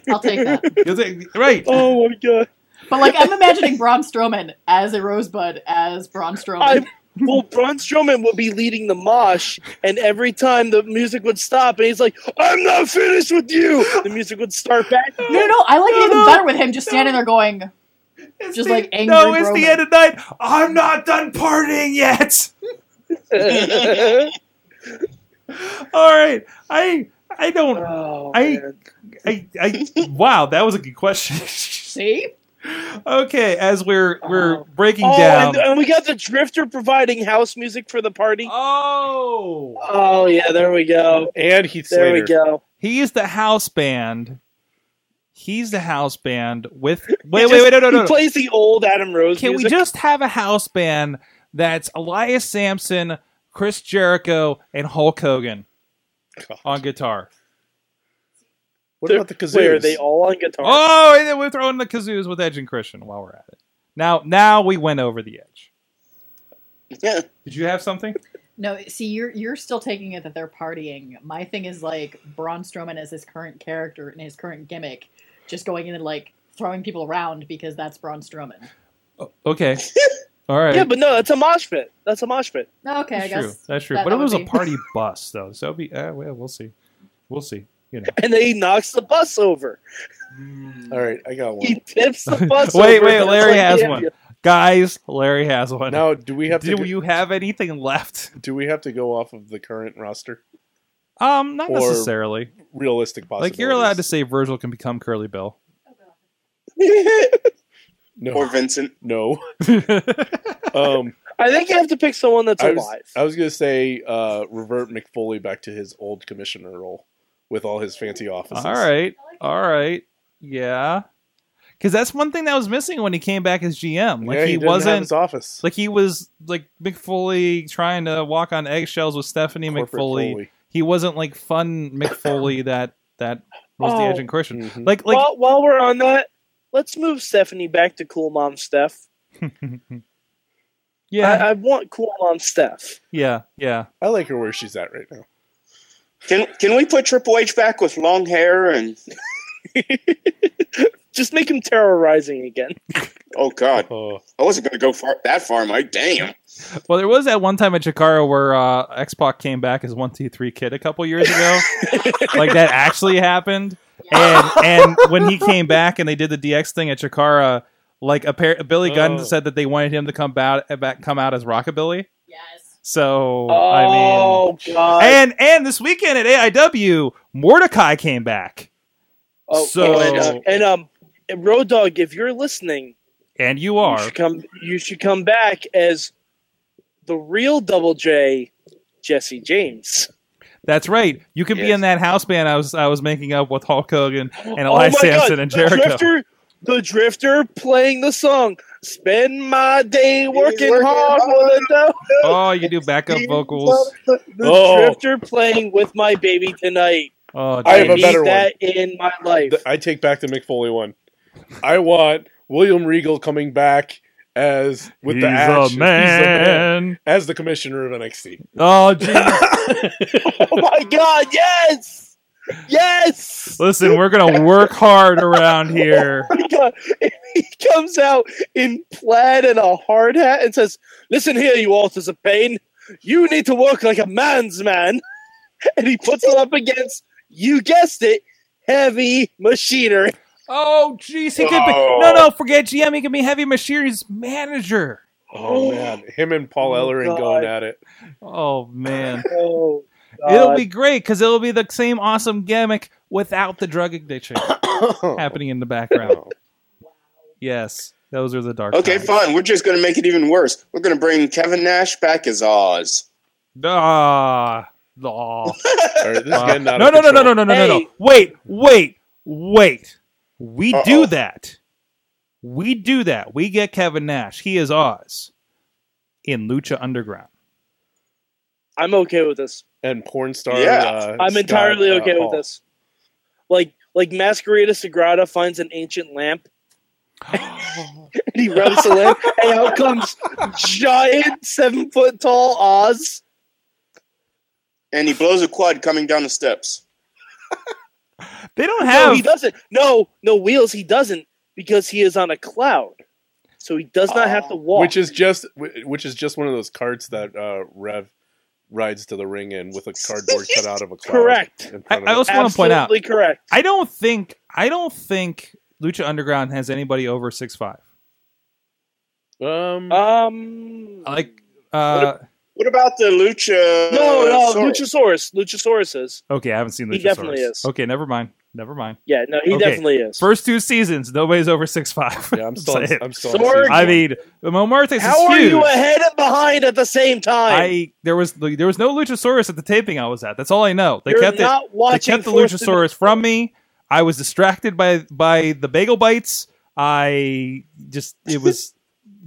E: I'll take that.
A: You're like, right.
C: Oh my god.
E: But like I'm imagining Braun Strowman as a Rosebud as Braun Strowman.
C: I, well, Braun Strowman would be leading the mosh, and every time the music would stop, and he's like, "I'm not finished with you," the music would start back.
E: no, no, no, I like it
A: No,
E: even
A: no,
E: better with him just standing there going,
A: It's
E: just
A: the-
E: like angry
A: No, it's
E: Roman.
A: the end of night. I'm not done partying yet.
C: Oh,
A: All right. I I don't
C: oh,
A: I-
C: man.
A: I, I wow, that was a good question.
E: see?
A: okay, as we're we're breaking
C: oh
A: down.
C: and, and we got the Drifter providing house music for the party.
A: oh.
C: Oh yeah, there we go.
B: and Heath
C: There we
B: Slater.
C: go.
A: He is the house band. He's the house band with wait
C: He
A: wait
C: just-
A: wait no no
C: he
A: no.
C: plays the old Adam Rose.
A: Can we
C: music.
A: just have a house band that's Elias Sampson, Chris Jericho, and Hulk Hogan on guitar?
B: What about the kazoos?
C: Wait, are they all on guitar?
A: Oh, and then we're throwing the kazoos with Edge and Christian while we're at it. Now, now we went over the edge.
D: Yeah.
A: Did you have something?
E: No, see you're you're still taking it that they're partying. My thing is like Braun Strowman as his current character and his current gimmick, just going in and like throwing people around because that's Braun Strowman.
A: Oh, Okay. All right.
C: Yeah, but no, that's a mosh pit. That's a mosh pit.
E: Okay, I
A: that's
E: guess
A: true. That's true.
E: that-
A: but
E: that
A: it was
E: would
A: a
E: be-
A: party bus, though. So it'd be, uh, well, we'll see. We'll see. You know.
C: And then he knocks the bus over.
B: all right, I got one.
C: He tips the bus
A: Wait,
C: over.
A: wait,
C: It's
A: Larry
C: like,
A: has
C: yeah,
A: one. Guys, Larry has one.
B: Now, do we have to
A: Do
B: go,
A: you have anything left?
B: do we have to go off of the current roster?
A: Um, not
B: Or-
A: necessarily.
B: Realistic possibilities.
A: Like you're allowed to say Virgil can become Curly Bill.
B: no,
D: or Vincent.
B: no.
A: Vincent
B: Um,
C: I think you have to pick someone that's
B: I was,
C: alive.
B: I was gonna say uh, revert McFoley back to his old commissioner role with all his fancy offices.
A: All right. All right. Yeah. Cuz that's one thing that was missing when he came back as GM. Like
B: yeah,
A: he,
B: he, didn't have
A: wasn't
B: his office.
A: like he was like McFoley trying to walk on eggshells with Stephanie
B: Corporate
A: McFoley.
B: Foley.
A: He wasn't like fun McFoley that that was the
C: Oh.
A: edge and Christian.
B: Mhm.
A: Like like
C: while, while we're on that, let's move Stephanie back to Cool Mom Steph.
A: yeah.
C: I, I want Cool Mom Steph.
A: yeah. Yeah.
B: I like her where she's at right now.
D: Can can we put Triple H back with long hair and
C: Just make him terrorizing again.
D: oh god.
B: Oh,
D: I wasn't gonna go far that far, Mike. Damn.
A: Well, there was that one time at Chikara where uh, X Pac came back as One Two Three Kid a couple years ago. like that actually happened. And and when he came back and they did the DX thing at Chikara, like a pair, Billy Gunn
B: Oh.
A: said that they wanted him to come out back come out as Rockabilly.
E: Yes.
A: So I mean,
C: oh God!
A: and and this weekend at AIW, Mordecai came back,
C: oh,
A: so-
C: and, uh, and um, Road Dog, if you're listening,
A: and you
C: you
A: are
C: should come. You should come back as the real Double J, Jesse James.
A: That's right. You could be
D: Yes.
A: in that house band I was I was making up with Hulk Hogan and Elias
C: Oh my God,
A: Sampson and
C: the
A: Jericho.
C: Drifter, the Drifter playing the song. Spend my day working,
D: working
C: hard
D: hard.
C: with a dough.
A: Oh, you do backup vocals.
C: The
B: Oh.
C: Drifter playing with my baby tonight.
A: Oh,
B: I have
A: geez.
B: a
C: need
B: better one.
C: that in my life.
B: Th- I take back the Mick Foley one. I want William Regal coming back as with
A: He's
B: the axe.
A: a man.
B: as the commissioner of NXT.
A: Oh, geez.
C: oh my God! Yes, yes.
A: listen, we're gonna work hard around here.
C: my God. He comes out in plaid and a hard hat and says, "Listen here, you alters of pain. You need to work like a man's man." And he puts it up against, you guessed it, heavy machinery.
A: Oh, jeez, he could be.
D: Oh.
A: No, no, forget GM. He could be heavy machine's manager.
B: Oh man, him and Paul
C: Oh,
B: Ellering
C: God.
B: going at it.
A: Oh man,
C: Oh, God.
A: it'll be great because it'll be the same awesome gimmick without the drug addiction happening in the background. Yes, those are the dark.
D: Okay,
A: times.
D: fine. We're just going to make it even worse. We're going to bring Kevin Nash back as Oz.
A: Ah, ah.
B: All right, this is getting out
A: no,
B: of
A: no, no, no, no,
B: control.
A: no, no, no, no.
C: Hey.
A: Wait, wait, wait. We do
D: Uh-oh.
A: that. We do that. We get Kevin Nash. He is Oz in Lucha Underground.
C: I'm okay with this.
B: And porn star.
D: Yeah.
B: uh,
C: I'm
B: Scott,
C: entirely
B: uh,
C: okay with
B: Hall.
C: this. Like, like Masquerada Sagrada finds an ancient lamp and he rubs the lamp, and out comes giant seven foot tall Oz.
D: And he blows a quad coming down the steps.
A: they don't
C: No,
A: have.
C: he doesn't. No, no wheels. He doesn't because he is on a cloud, so he does not have
A: Oh.
C: to walk.
B: Which is just wh- which is just one of those carts that uh, Rev rides to the ring in with a cardboard cut out of a cloud.
C: Correct.
B: in front
A: I,
B: of
A: I
B: it.
A: also want to point out.
C: absolutely correct.
A: I don't think. I don't think Lucha Underground has anybody over six five.
C: Uh,
B: um,
C: Um,
A: Like, uh,
D: What about the Lucha?
C: no, no,
D: Sorry.
C: Luchasaurus. Luchasaurus is.
A: okay, I haven't seen Lucha.
C: He definitely is.
A: Okay, never mind. Never mind.
C: Yeah, no, he
A: Okay.
C: definitely is.
A: First two seasons, nobody's over six five.
B: yeah, I'm still. I'm still. on
C: Sorg.
B: season
A: I
B: one.
A: mean, Momartes is
C: How are
A: huge.
C: you ahead and behind at the same time?
A: I there was there was no Luchasaurus at the taping I was at. That's all I know. They
C: You're
A: kept it.
C: not
A: They
C: watching
A: kept the
C: Force to-
A: Luchasaurus from me. I was distracted by by the bagel bites. I just it was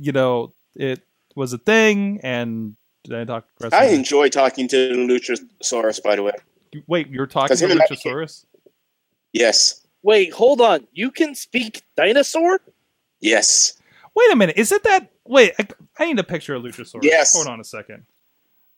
A: you know it was a thing and did I talk wrestling?
D: I enjoy talking to Luchasaurus, by the way.
A: Wait, you're talking
D: 'Cause
A: to
D: him and I-
A: Luchasaurus?
D: Yes.
C: Wait, hold on. You can speak dinosaur?
D: Yes.
A: Wait a minute. Is it that? Wait, I, I need a picture of Luchasaurus.
D: Yes.
A: Hold on a second.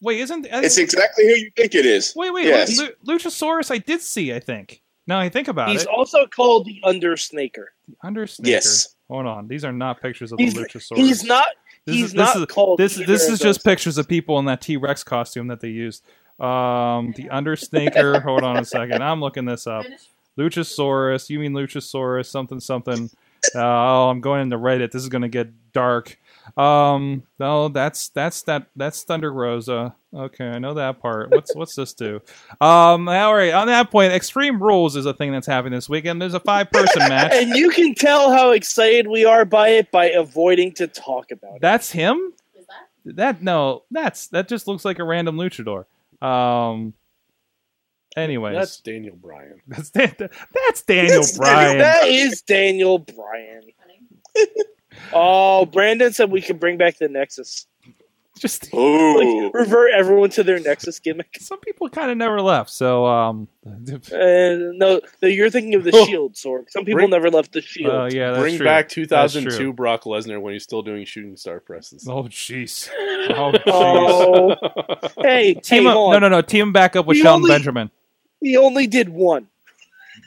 A: Wait, isn't I-
D: It's exactly who you think it is.
A: wait wait
D: Yes.
A: Lu- Luchasaurus? I did see. I think. Now I think about
C: He's
A: it.
C: also called the Undersnaker.
A: Undersnaker.
D: Yes.
A: Hold on. These are not pictures of
C: He's-
A: the Luchasaurus.
C: He's not.
A: This
C: he's
A: is, this
C: not
A: is,
C: called.
A: This
C: either
A: this
C: of
A: is just
C: those.
A: pictures of people in that T Rex costume that they used. Um, the Undersnaker. hold on a second. I'm looking this up.
E: Finish.
A: Luchasaurus. You mean Luchasaurus? Something something. Uh, oh, I'm going into Reddit. This is gonna get dark. Um, no, that's that's that that's Thunder Rosa. Okay, I know that part. What's what's this do? Um, all right. On that point, Extreme Rules is a thing that's happening this weekend. There's a five person match.
C: And you can tell how excited we are by it by avoiding to talk about it.
A: That's him.
E: Is that?
A: That no, that's that just looks like a random luchador. Um. Anyways,
B: That's
A: that's
B: Daniel Bryan.
A: that's, that's Daniel
D: That's Daniel
A: Bryan.
C: That is Daniel Bryan.
E: Funny.
C: Oh, Brandon said we could bring back the Nexus.
A: just
D: Ooh.
C: Like, revert everyone to their Nexus gimmick.
A: some people kind of never left. So um.
C: Uh, no, no, you're thinking of the Shield, Sorg. Some people
B: Bring-
C: never left the Shield.
A: Oh yeah, that's
B: Bring
A: true.
B: back
A: That's
B: 2002
A: true.
B: Brock Lesnar when he's still doing shooting star presses.
A: Oh jeez. Oh jeez.
C: Oh, hey,
A: Team
C: hey,
A: up,
C: hold
A: no,
C: on.
A: no, no. Team him back up with
C: The
A: Shelton
C: only-
A: Benjamin.
C: He only did one.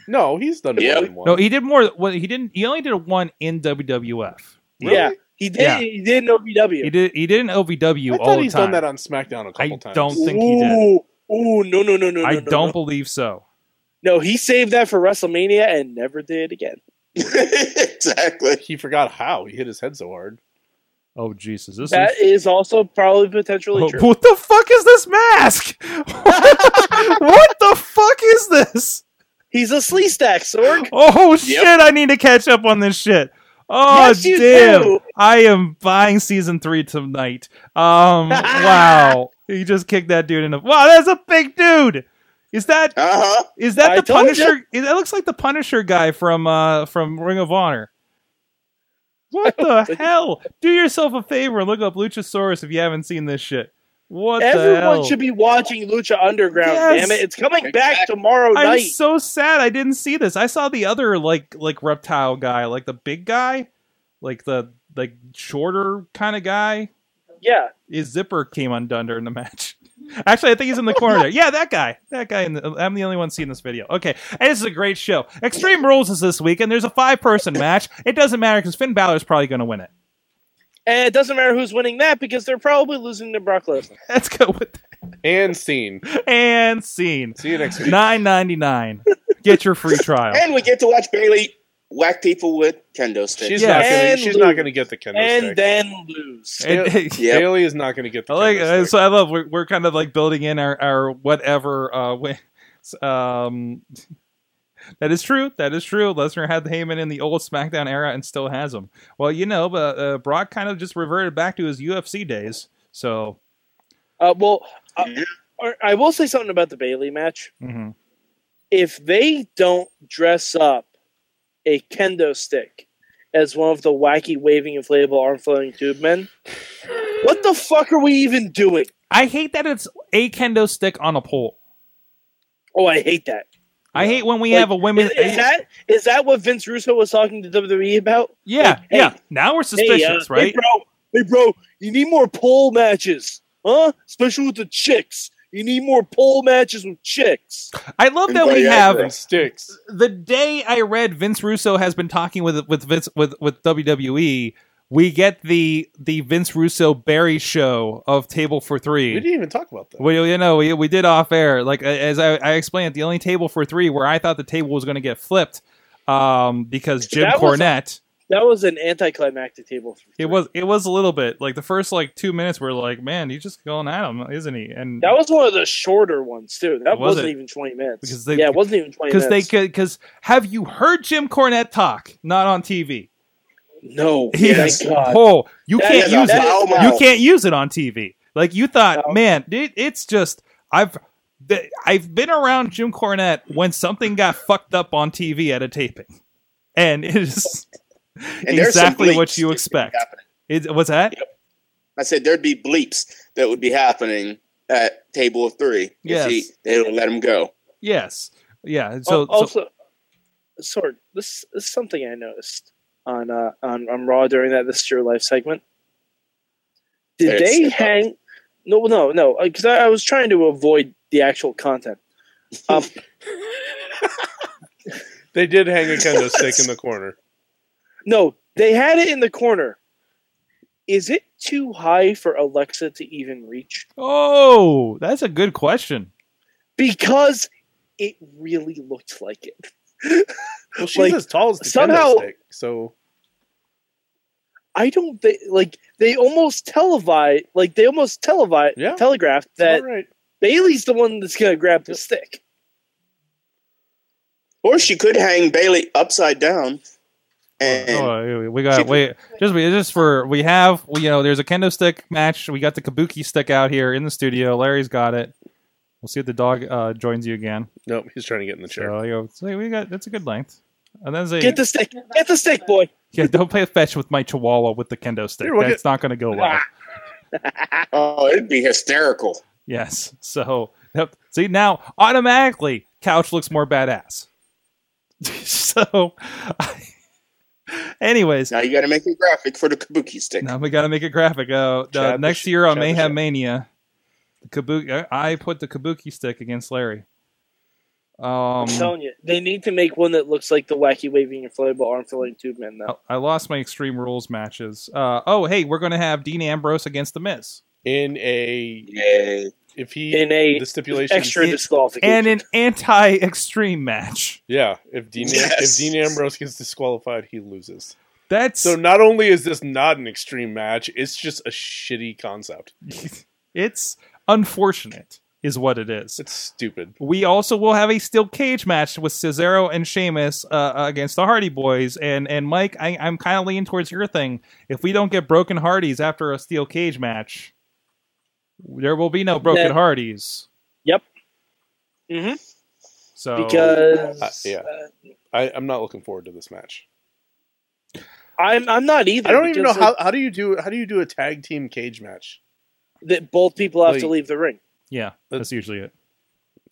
B: No, he's done more
D: Yep.
B: than one.
A: No, he did more. Well, he didn't. He only did one in WWF.
B: Really?
C: Yeah, He did.
A: Yeah.
C: He did in OVW.
A: He did. He did an OVW
B: I
A: all
B: thought
A: the
B: he's
A: time.
B: done that on SmackDown a
A: I
B: couple times.
A: don't think he did.
C: Ooh, ooh, no, no, no, no.
A: I
C: no, no,
A: don't
C: No.
A: believe so.
C: No, he saved that for WrestleMania and never did again.
D: exactly.
B: He forgot how he hit his head so hard.
A: Oh Jesus! This
C: That
A: is.
C: is also probably potentially
A: Oh,
C: true.
A: what the fuck is this mask? what the fuck is this?
C: He's a sleestack, Sorg.
A: Oh shit! I need to catch up on this shit. Oh
C: Yes, you
A: damn!
C: do.
A: I am buying season three tonight. Um, wow! He just kicked that dude in the. Wow, that's a big dude. Is that
D: Uh huh.
A: is that
C: I
A: the
C: told ya.
A: Punisher? Is, that looks like the Punisher guy from uh from Ring of Honor. What the hell? Do yourself a favor and look up Luchasaurus if you haven't seen this shit. What the hell?
C: Everyone should be watching Lucha Underground.
A: Yes.
C: Damn it! It's coming back
D: Exactly.
C: tomorrow
A: I'm
C: night.
A: so sad I didn't see this. I saw the other like like reptile guy, like the big guy, like the like shorter kind of guy.
C: yeah,
A: His zipper came undone during the match. Actually, I think he's in the corner there. Yeah, that guy. That guy. In the, I'm the only one seeing this video. Okay, and this is a great show. Extreme Rules is this week, and there's a five person match. It doesn't matter because Finn Balor is probably going to win it.
C: and it doesn't matter who's winning that because they're probably losing to Brock Lesnar.
A: Let's go with
B: And scene.
A: that. and scene.
B: See you next week.
A: Nine ninety nine. Get your free trial.
D: And we get to watch Bailey whack people with kendo sticks.
B: She's
A: Yeah.
B: not gonna,
C: And
B: she's not
C: lose.
B: going to get the kendo
C: and
B: stick.
C: then lose.
A: And-
D: Yep.
B: Bailey is not going to get the
A: I like
B: kendo
A: uh,
B: stick.
A: so I love we're, we're kind of like building in our our whatever uh wi- um that is true that is true Lesnar had Heyman in the old SmackDown era and still has him well you know but uh, Brock kind of just reverted back to his UFC days so
C: Uh, well, uh,
D: Mhm.
C: or- I will say something about the Bailey match.
A: mhm.
C: If they don't dress up a kendo stick as one of the wacky waving inflatable arm flailing tube men, what the fuck are we even doing?
A: I hate that it's a kendo stick on a pole
C: Oh, I hate that.
A: I hate when we
C: Like,
A: have a women
C: Is, is that is that what Vince Russo was talking to WWE about?
A: yeah
C: hey,
A: yeah now we're suspicious
C: hey, uh,
A: right
C: Hey bro, hey bro, you need more pole matches, huh? Especially with the chicks. You need more pole matches with chicks.
A: I love that we
D: Yeah,
A: have
D: bro.
B: and sticks.
A: the day I read Vince Russo has been talking with with Vince with with WWE, we get the the Vince Russo Barry show of Table for
B: We
A: Three.
B: didn't even talk about that.
A: We, you know, we, we did off air. Like as I, I explained, the only table for three where I thought the table was going to get flipped, um, because Jim
C: That was-
A: Cornette.
C: That was an anticlimactic table. for
A: It
C: three.
A: was it was a little bit like the first like two minutes were like, man, he's just going at him, isn't he? And
C: That was one of the shorter ones too. That
A: Was
C: was not
A: it?
C: even twenty minutes.
A: Because they-
C: yeah, it wasn't even twenty
A: because
C: minutes.
A: they could because have you heard Jim Cornette talk? Not on TV.
C: no,
A: He's
D: Yes.
C: thank God.
A: oh, you
C: That
A: can't
C: is-
A: use
C: that
A: it.
C: is-
D: Foul
A: you
D: mouth.
A: can't use it on TV. Like you thought,
C: No.
A: man, it, it's just I've th- I've been around Jim Cornette when something got fucked up on TV at a taping, and it is
D: And there's some
A: exactly
D: bleeps
A: what you
D: that would be
A: expect.
D: happening.
A: It, what's that?
D: I said there'd be bleeps that would be happening at table of three. if
A: Yes.
D: he- they don't let him go.
A: Yes, yeah.
C: Al-
A: So, so
C: also, sorry, this is something I noticed on uh, on, on Raw during that This Is Your Life segment. Did
D: It's-
C: they hang? No, no, no. Because I, I was trying to avoid the actual content. Um,
B: They did hang a kendo stick in the corner.
C: no, they had it in the corner. Is it too high for Alexa to even reach?
A: oh, that's a good question.
C: Because it really looked like it.
B: Well, she's
C: Like,
B: as tall as the
C: somehow-
B: kendo stick, so
C: I don't think like they almost televised like they almost televised
B: Yeah.
C: telegraphed
B: that,
C: that
B: all right.
C: Bailey's the one that's gonna grab the stick.
D: Or she could hang Bailey upside down. And
A: oh, we got wait just we just for we have we, you know there's a kendo stick match. We got the kabuki stick out here in the studio. Larry's got it. We'll see if the dog uh, joins you again.
B: Nope, he's trying to get in the chair.
A: So, you know, so we got that's a good length. And then
C: Get the stick. Get the stick, boy.
A: yeah, don't play fetch with my chihuahua with the kendo stick.
B: Here, we'll Ah.
A: that's not going to go well.
D: oh, it'd be hysterical.
A: Yes. So yep. see now automatically couch looks more badass. so, anyways,
D: Now you got to make a graphic for the kabuki stick.
A: now we got to make a graphic. Uh, uh,
B: Chad the
A: next
B: sh-
A: year on
B: Chad the
A: Mayhem
B: chef.
A: Mania, the kabuki. I put the kabuki stick against Larry. Um,
C: I'm telling you, they need to make one that looks like the wacky waving inflatable arm flailing tube man. Though
A: I lost my Extreme Rules matches. Uh, oh, hey, we're going to have Dean Ambrose against The Miz.
B: in a
D: Yay.
B: if he
C: in a
B: the stipulation
C: extra
A: it-
C: disqualification.
A: And an anti extreme match.
B: yeah if Dean
D: Yes.
B: if Dean Ambrose gets disqualified he loses.
A: That's.
B: So not only is this not an extreme match, it's just a shitty concept.
A: it's unfortunate, is what it is.
B: It's stupid.
A: We also will have a steel cage match with Cesaro and Sheamus uh, uh, against the Hardy Boys. And and Mike, I, I'm kind of leaning towards your thing. If we don't get broken Hardys after a steel cage match, there will be no broken
C: Then-
A: Hardys.
C: Yep. Mhm.
A: So
C: Oh, because
B: Uh, yeah.
C: uh,
B: I, I'm not looking forward to this match.
C: I'm I'm not either.
B: I don't even know
C: because,
B: how,
C: like,
B: how do you do how do you do a tag team cage match?
C: that both people have to
B: like-
C: leave the ring.
A: yeah, that's usually it.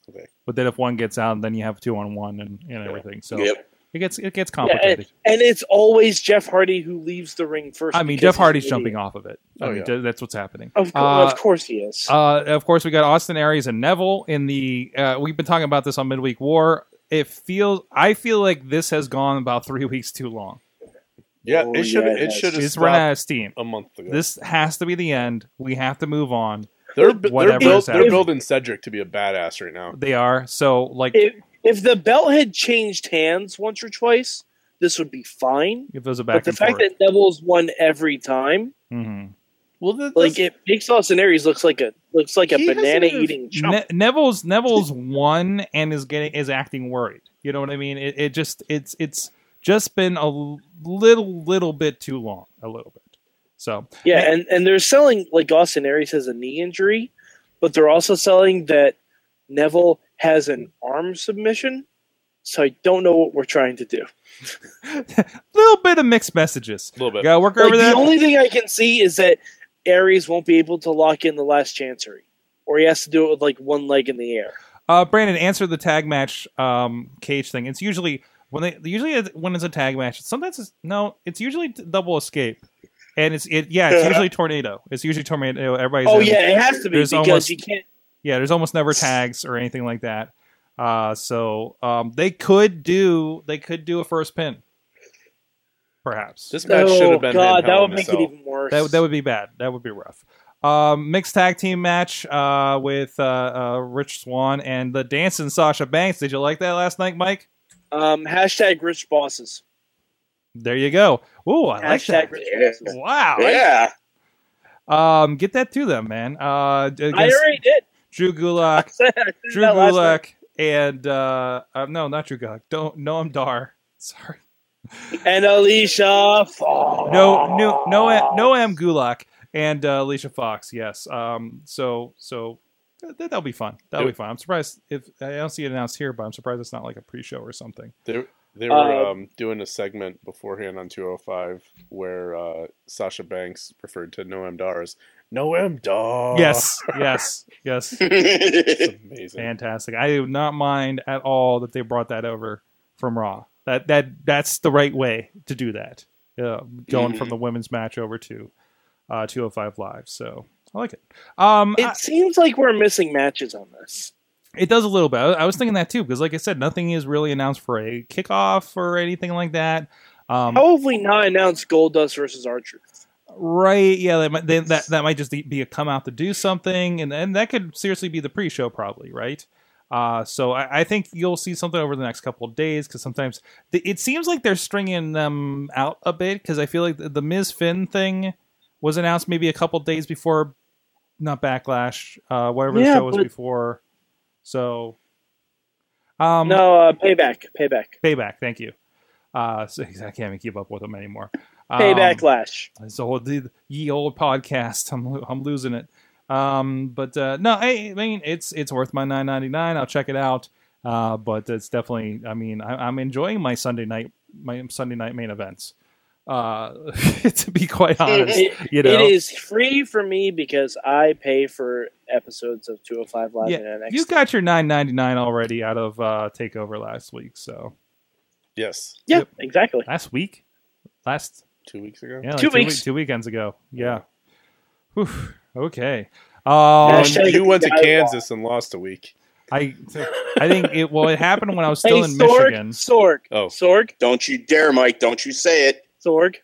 B: Okay.
A: But then if one gets out, then you have two on one and, and everything. So
D: Yep.
A: it gets it gets
C: and-
A: complicated.
C: And it's always Jeff Hardy who leaves the ring first.
A: I mean,
C: because
A: Jeff Hardy's
C: he's an
A: jumping
C: idiot.
A: off of it. I
B: Oh,
A: mean,
B: yeah.
A: th- that's what's happening.
C: Of, cour-
A: Uh,
C: of course he is.
A: Uh, of course, we got Austin Aries and Neville in the. Uh, we've been talking about this on Midweek War. It feels. I feel like this has gone about three weeks too long.
B: Yeah,
D: Oh,
B: it should
D: yeah,
B: it
D: that's-
B: should have
A: It's run out of
B: stopped
A: steam.
B: a month ago.
A: This has to be the end. We have to move on.
B: they're bu-
A: whatever
B: they're, built,
A: is
B: they're
A: happening.
B: building Cedric to be a badass right now.
A: They are so like
C: if if the belt had changed hands once or twice, this would be fine.
A: if there's a
C: But
A: back
C: the
A: and
C: fact
A: forth.
C: that Neville's won every time,
A: hmm
B: Well, the,
C: like it makes Austin Aries looks like a looks like a
B: He hasn't
C: banana
B: even-
C: eating chump.
A: Ne- Neville's Neville's won and is getting is acting worried. You know what I mean? It, it just it's it's just been a l- little little bit too long, a little bit. So
C: yeah, and and they're selling like Austin Aries has a knee injury, but they're also selling that Neville has an arm submission. So I don't know what we're trying to do.
A: little bit of mixed messages.
B: little bit.
A: Got to work
C: Like,
A: over that.
C: the only thing I can see is that Aries won't be able to lock in the last chancery, or he has to do it with like one leg in the air.
A: Uh, Brandon, answer the tag match um, cage thing. It's usually when they usually it- when it's a tag match. Sometimes it's no. It's usually t- double escape, and it's it yeah. It's usually tornado. It's usually tornado. Everybody's
C: Oh
A: in.
C: yeah, it has to be
A: There's
C: because
A: almost-
C: you can't.
A: yeah. There's almost never tags or anything like that. Uh, so um, they could do they could do a first pin, perhaps.
B: This match should
C: Oh
B: have been
C: god,
B: in
C: that
B: Hell in
C: would
B: a
C: make it
B: Cell.
C: even worse.
A: That, that would be bad. That would be rough. Um, mixed tag team match uh, with uh, uh, Rich Swan and the dancing Sasha Banks. Did you like that last night, Mike?
C: um, hashtag rich bosses.
A: There you go. Ooh, I like that.
C: Hashtag rich
D: Yeah.
C: bosses.
A: Wow.
D: Yeah.
A: Um, get that to them, man. Uh, against
C: I already did.
A: Drew Gulak,
C: I said that
A: Drew
C: last night.
A: Gulak, and uh, uh, no, not Drew Gulak. Don't Noam Dar. Sorry.
C: and Alicia. Fox.
A: No, no, no, Noam Gulak and uh, Alicia Fox. Yes. Um. So, so that, that'll be fun. That'll be fun. I'm surprised if I don't see it announced here, but I'm surprised it's not like a pre-show or something.
B: They they
C: Uh,
B: were um, doing a segment beforehand on 205 where uh, Sasha Banks referred to Noam Dar as Noam Dar.
A: Yes. Yes. Yes.
B: It's amazing.
A: Fantastic. I do not mind at all that they brought that over from Raw. That that that's the right way to do that. Yeah, going from the women's match over to uh, 205 Live. So I like it. Um, I-
C: It seems like we're missing matches on this.
A: it does a little bit. I, I was thinking that too because, like I said, nothing is really announced for a kickoff or anything like that. Um,
C: How have we not announced Goldust versus Archer?
A: Right? Yeah, that might, then that that might just be a come out to do something, and and that could seriously be the pre-show, probably, right? Uh, so I, I think you'll see something over the next couple of days because sometimes th- it seems like they're stringing them out a bit because I feel like the, the Ms. Finn thing was announced maybe a couple of days before, not Backlash, uh, whatever the
C: Yeah,
A: show was
C: but-
A: before. So, um,
C: No, uh, payback, payback,
A: payback. Thank you. Uh, so I can't even keep up with them anymore. Um,
C: payback. Lash.
A: so the ye old podcast. I'm lo- I'm losing it. Um, but uh, no, I, I mean it's it's worth my 9.99. I'll check it out. Uh, but it's definitely. I mean, I, I'm enjoying my Sunday night my Sunday night main events. Uh, to be quite honest,
C: It-
A: you know,
C: it is free for me because I pay for episodes of 205 Live
A: Yeah,
C: and NXT.
A: you got your 9.99 already out of uh, Takeover last week. So
B: Yes.
C: yeah,
A: Yep.
C: exactly.
A: last week, last
B: Two weeks ago.
A: Yeah, like
C: Two
A: wee-
C: weeks.
A: two weekends ago. Yeah. Whew. Okay.
B: Um,
A: Um,
C: Hashtag-
B: you went to
C: I-
B: Kansas and lost a week.
A: I I think it well it happened when I was still
C: hey,
A: in
C: Sorg,
A: Michigan.
C: Sorg,
B: Oh.
C: Sorg,
D: Don't you dare, Mike. Don't you say it.
C: Sorg.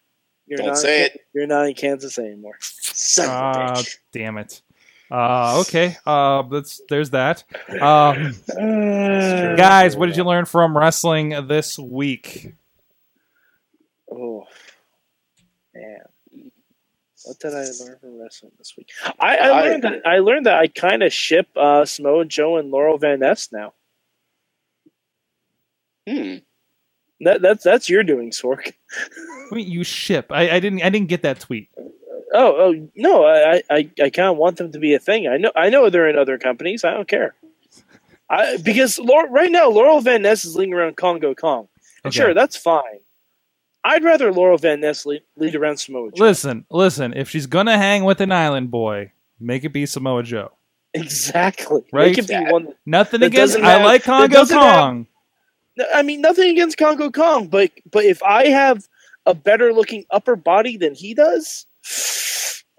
C: You're
D: Don't
C: not
D: say
C: in,
D: it.
C: You're not in Kansas anymore.
D: Son of a
A: Ah,
D: bitch.
A: damn it. Uh, okay. Uh, that's there's that. Um, Uh, guys, what did you learn from wrestling this week?
C: Oh man, what did I learn from wrestling this week? I, I,
D: I-
C: learned that I learned that I kind of ship uh, Samoa Joe and Laurel Van Ness now.
D: Hmm.
C: That, that's that's your doing, Sork.
A: I mean, you ship. I, I didn't. I didn't get that tweet.
C: Oh, oh no, I I, I kind of want them to be a thing. I know I know they're in other companies. I don't care. I because Laur right now Laurel Van Ness is leading around Congo Kong. And
A: Okay.
C: Sure, that's fine. I'd rather Laurel Van Ness lead, lead around Samoa Joe.
A: Listen, listen. If she's gonna hang with an island boy, make it be Samoa Joe.
C: Exactly.
A: Right.
C: It could be one.
A: Nothing
C: That
A: against.
C: doesn't
A: I
C: have-
A: like
C: that
A: Congo
C: doesn't have-
A: Kong.
C: No, I mean, nothing against Congo Kong, but but if I have a better looking upper body than he does,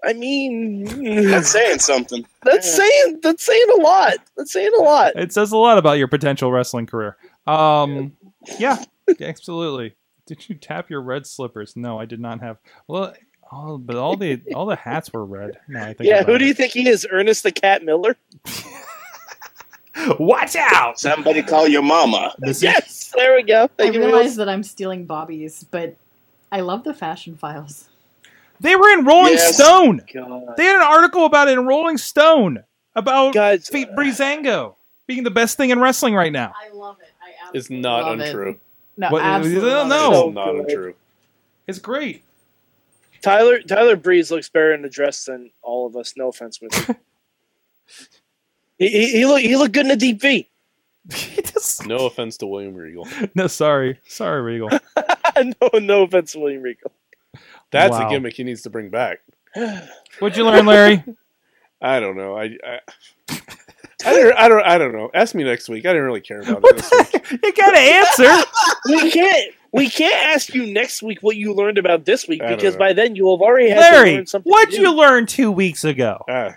C: I mean,
D: That's
C: that's,
D: saying something.
C: saying that's saying a lot. That's saying a lot.
A: it says a lot about your potential wrestling career. Um, yeah, absolutely. Did you tap your red slippers? No, I did not have. Well, all, but all the all the hats were red. No, I think
C: Yeah,
A: about
C: who do you
A: it.
C: think he is, Ernest the Cat Miller?
A: Watch out!
D: Somebody call your mama.
A: This is,
C: Yes, there we go.
E: I
C: Thank you,
E: realize
C: Reels.
E: that I'm stealing Bobby's, but I love the fashion files.
A: they were in Rolling
D: Yes.
A: Stone.
C: God.
A: They had an article about it in Rolling Stone about
C: Guys,
A: Fe- Breezango being the best thing in wrestling right now.
E: I love it. I absolutely
B: It's not untrue.
E: No,
A: What-
E: absolutely.
A: no,
E: love
A: no.
E: it.
C: So
B: it's not
C: good.
B: untrue.
A: It's great.
C: Tyler Tyler Breeze looks better in a dress than all of us. No offense, with you. he, he he look he looked good in a deep V.
A: It is-
B: No offense to William Regal.
A: no, sorry, sorry, Regal.
C: no no offense, William Regal.
B: That's
A: Wow.
B: a gimmick he needs to bring back.
A: What'd you learn, Larry?
B: I don't know. I I, I don't I don't I don't know. Ask me next week. I didn't really care about it this week.
A: you got to answer.
C: we can't we can't ask you next week what you learned about this week
B: I don't
C: because
B: know.
C: by then you will have already had to
A: Larry,
C: learn something.
A: what'd
C: new.
A: you learn two weeks ago?
B: Ah,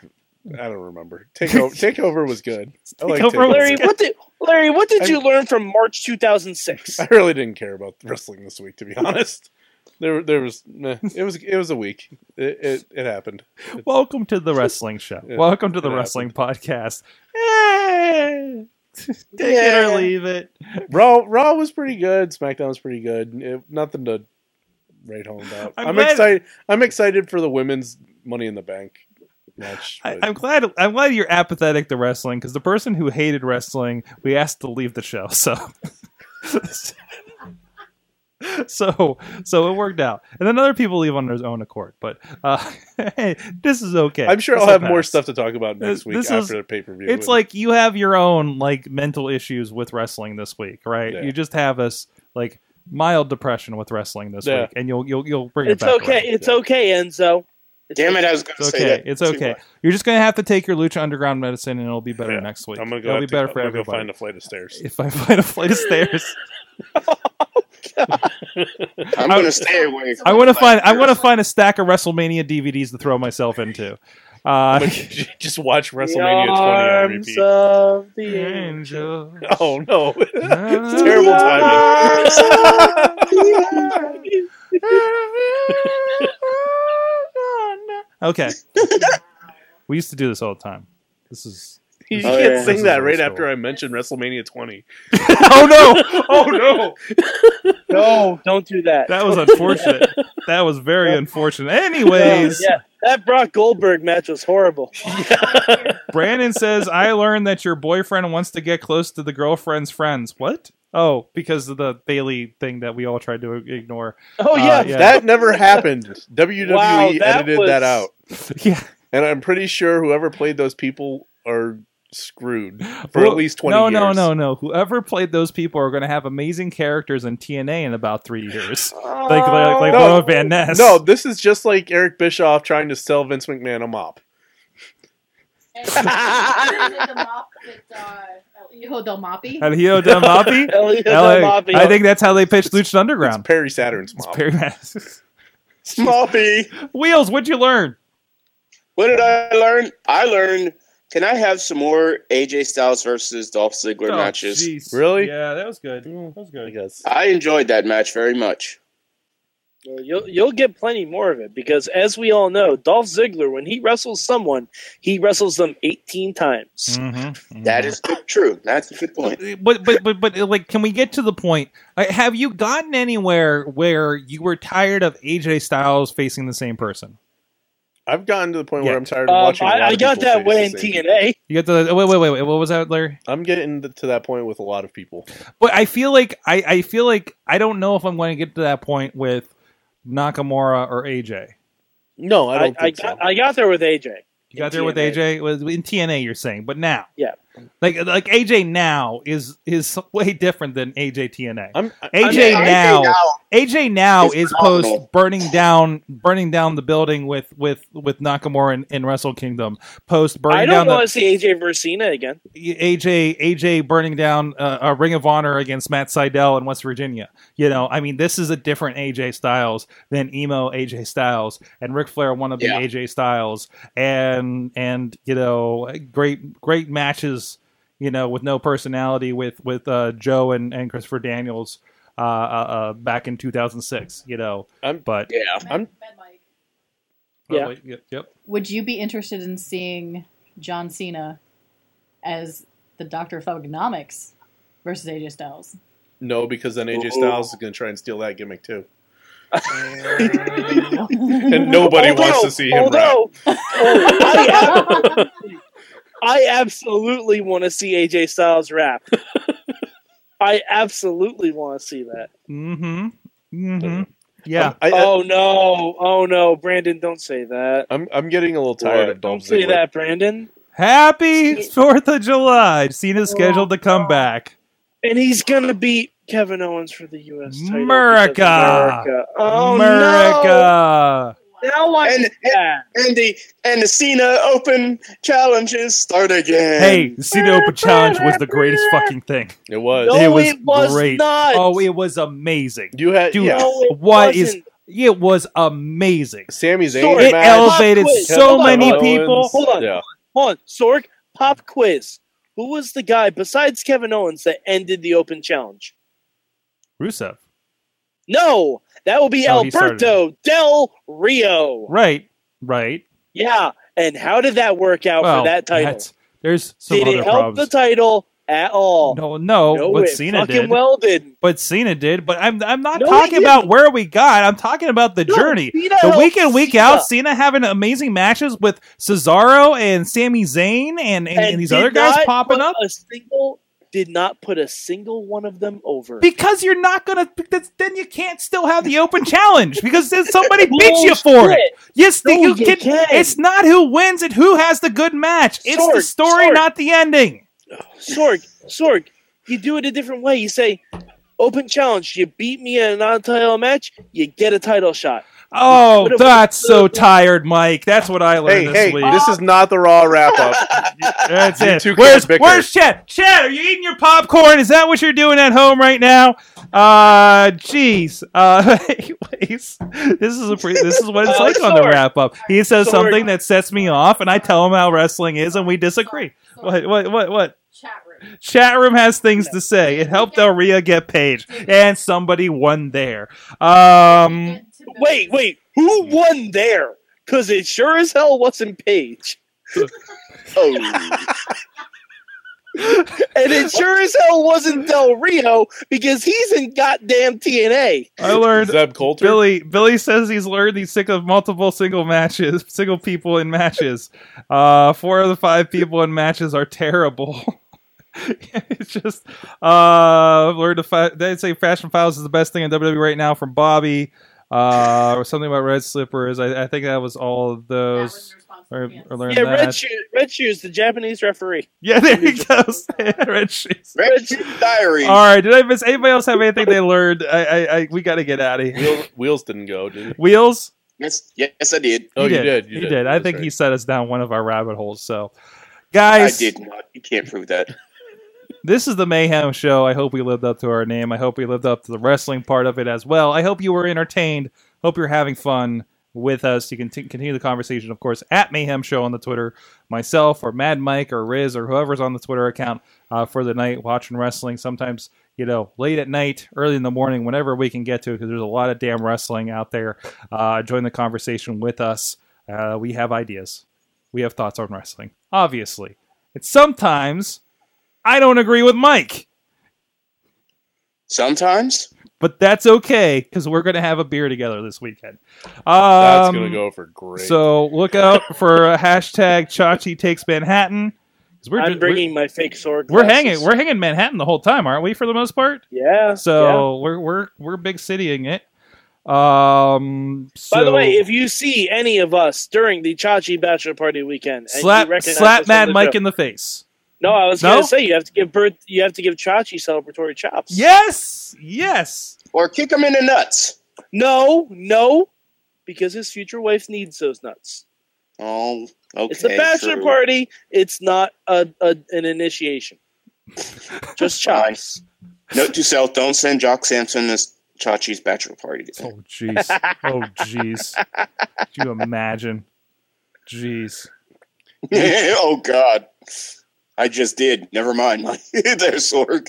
B: I don't remember. Takeover Takeover was good. I like
A: Takeover
B: Takeover.
A: was
C: Larry? What did Larry? What did
B: I-
C: you learn from March 2006?
B: I really didn't care about wrestling this week, to be honest. There, there was meh. it was it was a week. It it, it happened.
A: Welcome to the wrestling show.
B: Yeah,
A: Welcome to the
B: it
A: wressling podcast. Eh, Take it
C: Yeah.
A: or leave it.
B: Raw Raw was pretty good. SmackDown was pretty good. It- nothing to write home about.
A: I'm
B: I'm,
A: glad-
B: excited. I'm excited for the women's Money in the Bank match.
A: I,
B: but-
A: I'm glad. I'm glad you're apathetic to wrestling because the person who hated wrestling, we asked to leave the show. So, so, so it worked out. And then other people leave on their own accord. But uh, hey, this is okay.
B: I'm sure
A: This
B: I'll
A: will
B: have more
A: pass.
B: stuff to talk about
A: This-
B: next week
A: this
B: after
A: is-
B: the pay per view.
A: It's like you have your own like mental issues with wrestling this week, right?
B: Yeah.
A: You just have this like mild depression with wrestling this
B: Yeah.
A: week, and you'll you'll you'll bring
C: It's
A: it back.
C: okay.
A: around.
C: It's okay, Enzo. It's
D: Damn it, I was going to
A: It's
D: say
A: okay.
D: that.
A: It's
D: too.
A: okay. You're just gonna have to take your lucha underground medicine, and it'll be better
B: Yeah.
A: next week.
B: I'm gonna go.
A: it'll
B: have
A: be
B: to-
A: better
B: I'm
A: for
B: gonna go
A: everybody.
B: find a flight of stairs.
A: if I find a flight of stairs,
D: I'm
A: I-
D: going to stay away.
A: I want to find I want to find a stack of WrestleMania DVDs to throw myself into. Uh,
B: I'm gonna just watch
C: The
B: WrestleMania 20 on
C: arms
B: repeat.
C: of the angel.
A: Angel.
B: Oh no!
A: It's
B: terrible
C: The
B: timing.
C: arms of the angel.
A: Okay. we used to do this all the time. This is.
B: You
C: Oh,
B: can't
C: yeah.
A: This
B: sing
A: is
B: that
A: old
B: right
A: school.
B: after I mentioned WrestleMania 20.
A: oh no! Oh no!
C: no, don't do that.
A: That was unfortunate. that was very unfortunate. Anyways,
C: yeah, that Brock Goldberg match was horrible.
A: Brandon says I learned that your boyfriend wants to get close to the girlfriend's friends. What? Oh, because of the Bailey thing that we all tried to ignore.
C: Oh
A: Uh,
C: yeah,
A: yeah.
B: That never happened. WWE
C: Wow, that
B: E edited that
C: was-
B: out,
A: Yeah.
B: and I'm pretty sure whoever played those people are screwed for
A: Well,
B: at least 20
A: no,
B: years.
A: No, no, no, Whoever played those people are going to have amazing characters in TNA in about three years. like like, like
B: No.
A: Laura Van Ness.
B: Oh. No, this is just like Eric Bischoff trying to sell Vince McMahon a mop.
C: Oh,
E: Hijo del Mapi.
A: El Hijo del Mapi?
C: Elliot
A: LA.
C: Delmavi.
A: I think that's how they pitched Lucha Underground.
B: It's Perry Saturn's
A: It's
B: mop.
A: Perry
D: Smoppy.
A: Wheels, what'd you learn?
D: What did I learn? I learned Can I have some more AJ Styles versus Dolph Ziggler
A: Oh,
D: matches?
A: jeez.
B: Really?
A: Yeah, that was good. That was
B: I
A: good.
B: guess.
D: I enjoyed that match very much.
C: Well, You'll you'll get plenty more of it because, as we all know, Dolph Ziggler, when he wrestles someone, he wrestles them eighteen
B: Mm,
C: times.
A: Mhm,
D: That
A: mhm.
D: is true. That's a good point.
A: mm-hmm. But but but but like, can we get to the point? Uh, Have you gotten anywhere where you were tired of AJ Styles facing the same person?
B: I've gotten to the point
A: Yeah.
B: where I'm tired of
C: Um,
B: watching. a
C: I,
B: lot
C: I
B: of
C: got
B: people
C: that way in
B: face the same-
C: TNA.
A: You got the wait wait wait wait. What was that, Larry?
B: I'm getting to that point with a lot of people.
A: But I feel like I I feel like I don't know if I'm going to get to that point with Nakamura or AJ.
B: No, I
C: I,
B: don't
C: I
B: think
C: got
B: so.
C: I got there with AJ.
A: You got
C: In
A: there with
C: TNA.
A: AJ was in TNA. You're saying, but now,
C: Yeah.
A: like like AJ now is is way different than AJ TNA.
B: I'm, I,
A: AJ
B: mean, I-
A: now, AJ now
D: is
A: is post
D: phenomenal.
A: burning down burning down the building with with with Nakamura in, in Wrestle Kingdom. Post
C: I
A: burning
C: don't
A: down
C: want to
A: the,
C: see AJ versus Cena again.
A: AJ AJ burning down uh, a Ring of Honor against Matt Seidel in West Virginia. You know, I mean, this is a different AJ Styles than emo AJ Styles, and Ric Flair want to be
D: Yeah.
A: AJ Styles, and and you know, great great matches. You know, with no personality with with uh, Joe and and Christopher Daniels uh, uh, uh, back in 2006. You know,
B: I'm-
A: but
D: Yeah.
B: I'm-
C: Yeah.
A: Oh, wait, yep, yep.
E: Would you be interested in seeing John Cena as the Doctor of Thugonomics versus AJ Styles?
B: no, because then AJ
D: Ooh.
B: Styles is going to try and steal that gimmick too, and nobody wants to see him. rap.
C: Although, oh, I, ab- I absolutely want to see AJ Styles rap. I absolutely want to see that.
A: Mm-hmm. Mm-hmm. Yeah.
B: Um, I, I,
C: oh no! Oh no! Brandon, don't say that.
B: I'm I'm getting a little tired of
C: Don't
B: Dolph
C: say
B: Ziggler.
C: that, Brandon.
A: Happy
C: See-
A: Fourth of July. Cena's
C: Oh,
A: scheduled to come back.
C: And he's gonna beat Kevin Owens for the U.S. title. because
A: America.
C: America. Oh America.
A: America.
C: no! Now I
D: And-
C: yeah.
D: And the and the Cena Open challenges start again.
A: Hey, the Cena Open Challenge was the greatest fucking thing.
B: It was.
C: No,
A: it was
C: it was
A: great.
C: not.
A: Oh, it was amazing.
B: You had
A: Dude,
B: yeah.
C: No, it
A: What is-
C: wasn't.
A: It was amazing.
B: Sami Zayn
C: Sorry.
A: It
B: match.
A: elevated
C: Hold on,
A: so
C: hold on,
A: many
C: hold on.
A: people.
C: Hold on.
B: Yeah.
C: Hold on, Sork. Pop quiz. Who was the guy besides Kevin Owens that ended the Open Challenge?
A: Rusev.
C: No, that will be
A: Oh, he started
C: Alberto Del Rio.
A: Right. Right.
C: Yeah, and how did that work out
A: Well,
C: for that title?
A: that's- there's some
C: Did
A: other
C: it help the
A: problems.
C: title at all?
A: no, no,
C: No,
A: what
C: it
A: Cena
C: fucking
A: did.
C: well didn't.
A: But Cena did. But I'm I'm not
C: No,
A: talking
C: he
A: about where we got. I'm talking about the
C: No,
A: journey.
C: Cena
A: the
C: helped
A: week in, week
C: Cena.
A: out, Cena having amazing matches with Cesaro and Sami Zayn and, and, and these
C: did
A: other guys
C: not
A: popping
C: put
A: up.
C: A single did not put a single one of them over.
A: Because you're not gonna, that's, then you can't still have the open challenge because then somebody beats you for it.
C: Bullshit.
A: Yes,
C: No,
A: you,
C: you
A: can,
C: can't.
A: It's not who wins and who has the good match. It's the
C: Sorg,
A: story,
C: Sorg.
A: not the ending.
C: Sorg, Sorg, you do it a different way. You say, "Open challenge. You beat me in a non-title match. You get a title shot."
A: Oh,
C: What a-
A: that's so tired, Mike. That's what I learned
B: Hey,
A: this
B: hey,
A: week.
B: this is not the Raw wrap up.
A: That's
B: You
A: it.
B: two can't
A: Where's,
B: bicker.
A: where's Chad? Chad, are you eating your popcorn? Is that what you're doing at home right now? Uh, jeez. Uh, anyways, this is a pre- this is what it's
C: Uh,
A: like on the
C: sorry.
A: wrap up. He says
C: Sorry.
A: something that sets me off, and I tell him how wrestling is, and we disagree. What? What? What? What?
E: Chat room.
A: Chat room has things to say. It helped Del Rio get paid, and somebody won there. Um,
C: Wait, wait, who won there? Because it sure as hell wasn't Paige,
D: Oh.
C: and it sure as hell wasn't Del Rio because he's in goddamn TNA.
A: I learned
B: Zeb Coulter.
A: Billy Billy says he's learned he's sick of multiple single matches, single people in matches. Uh, four of the five people in matches are terrible. it's just uh, I've learned to fi- they'd say Fashion Files is the best thing in WWE right now from Bobby. Uh, or something about Red Slippers. I, I think that was all of those. Or, or learned
C: Yeah,
A: that.
C: Red Shoes, Red Shoes, the Japanese referee.
A: yeah, there he goes. Red shoes.
D: Red Shoe Diary.
A: All right. Did I miss anybody else have anything they learned? I, I, I we got to get out of here.
B: Wheels, wheels didn't go, did he?
A: Wheels.
D: Yes, yes, I did.
B: Oh, you did. You
A: he did. I
B: That's
A: think
B: right.
A: he set us down one of our rabbit holes. So,
D: I
A: guys,
D: did not. You can't prove that.
A: this is the Mayhem Show. I hope we lived up to our name. I hope we lived up to the wrestling part of it as well. I hope you were entertained. Hope you're having fun. with us. You can t- continue the conversation, of course, at Mayhem Show on the Twitter, myself or Mad Mike or Riz or whoever's on the Twitter account uh, for the night watching wrestling. Sometimes, you know, late at night, early in the morning, whenever we can get to it, because there's a lot of damn wrestling out there. Uh, join the conversation with us. Uh, we have ideas, we have thoughts on wrestling, obviously. And sometimes I don't agree with Mike.
D: Sometimes
A: But that's okay because we're going to have a beer together this weekend. Um,
B: That's gonna go for great.
A: So look out for a hashtag Chachi takes Manhattan. 'Cause We're,
C: I'm
A: ju-
C: bringing my fake sword.
A: we're, we're
C: glasses.
A: hanging we're hanging Manhattan the whole time, aren't we? For the most part.
C: yeah. yeah.
A: So we're we're we're big citying it. Um. So
C: By the way, if you see any of us during the Chachi Bachelor Party weekend, and
A: slap
C: you recognize us
A: slap
C: on
A: Mad
C: the
A: Mike
C: show-
A: in the face.
C: no, I was
A: No?
C: gonna say you have to give birth. You have to give Chachi celebratory chops.
A: Yes. Yes.
D: or kick them in the nuts.
C: No, no, because his future wife needs those nuts.
D: Oh, okay.
C: It's a bachelor
D: true.
C: party. It's not a, a an initiation. Just chops.
D: Note to self: Don't send Jock Sampson to Chachi's bachelor party.
A: Oh jeez. Oh jeez. Could you imagine? Jeez.
D: oh God, I just did. Never mind. There's Sorg.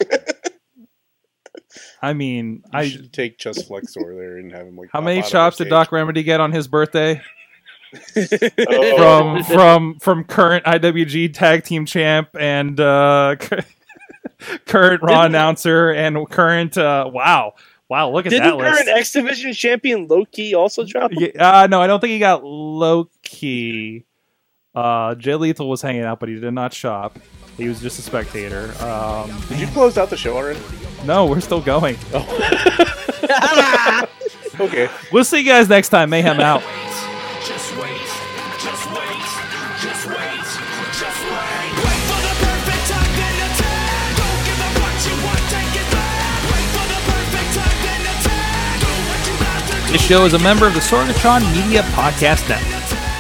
A: I mean,
B: I
A: I.
B: should take Chest Flexor there and have him like.
A: How
B: pop
A: many
B: out of
A: chops
B: the
A: did Doc Remedy get on his birthday?
D: Oh.
A: from from from current IWG tag team champ and uh, current Raw announcer and current uh, wow wow look at
C: Didn't
A: that
C: current
A: list.
C: X Division champion Loki also drop? him?
A: Yeah, uh, no, I don't think he got low key. Uh, Jay Lethal was hanging out, but he did not shop. He was just a spectator. Um,
B: Did you close out the show already?
A: no, we're still going.
B: Okay.
A: We'll see you guys next time. Mayhem out.
G: Just wait, just wait, just wait, just wait. Wait for the perfect time, then attack. Don't give up what you want, take it back. Wait for the perfect time, then attack. Do what you got to do.
A: This show is a member of the Sorgatron Media Podcast Network.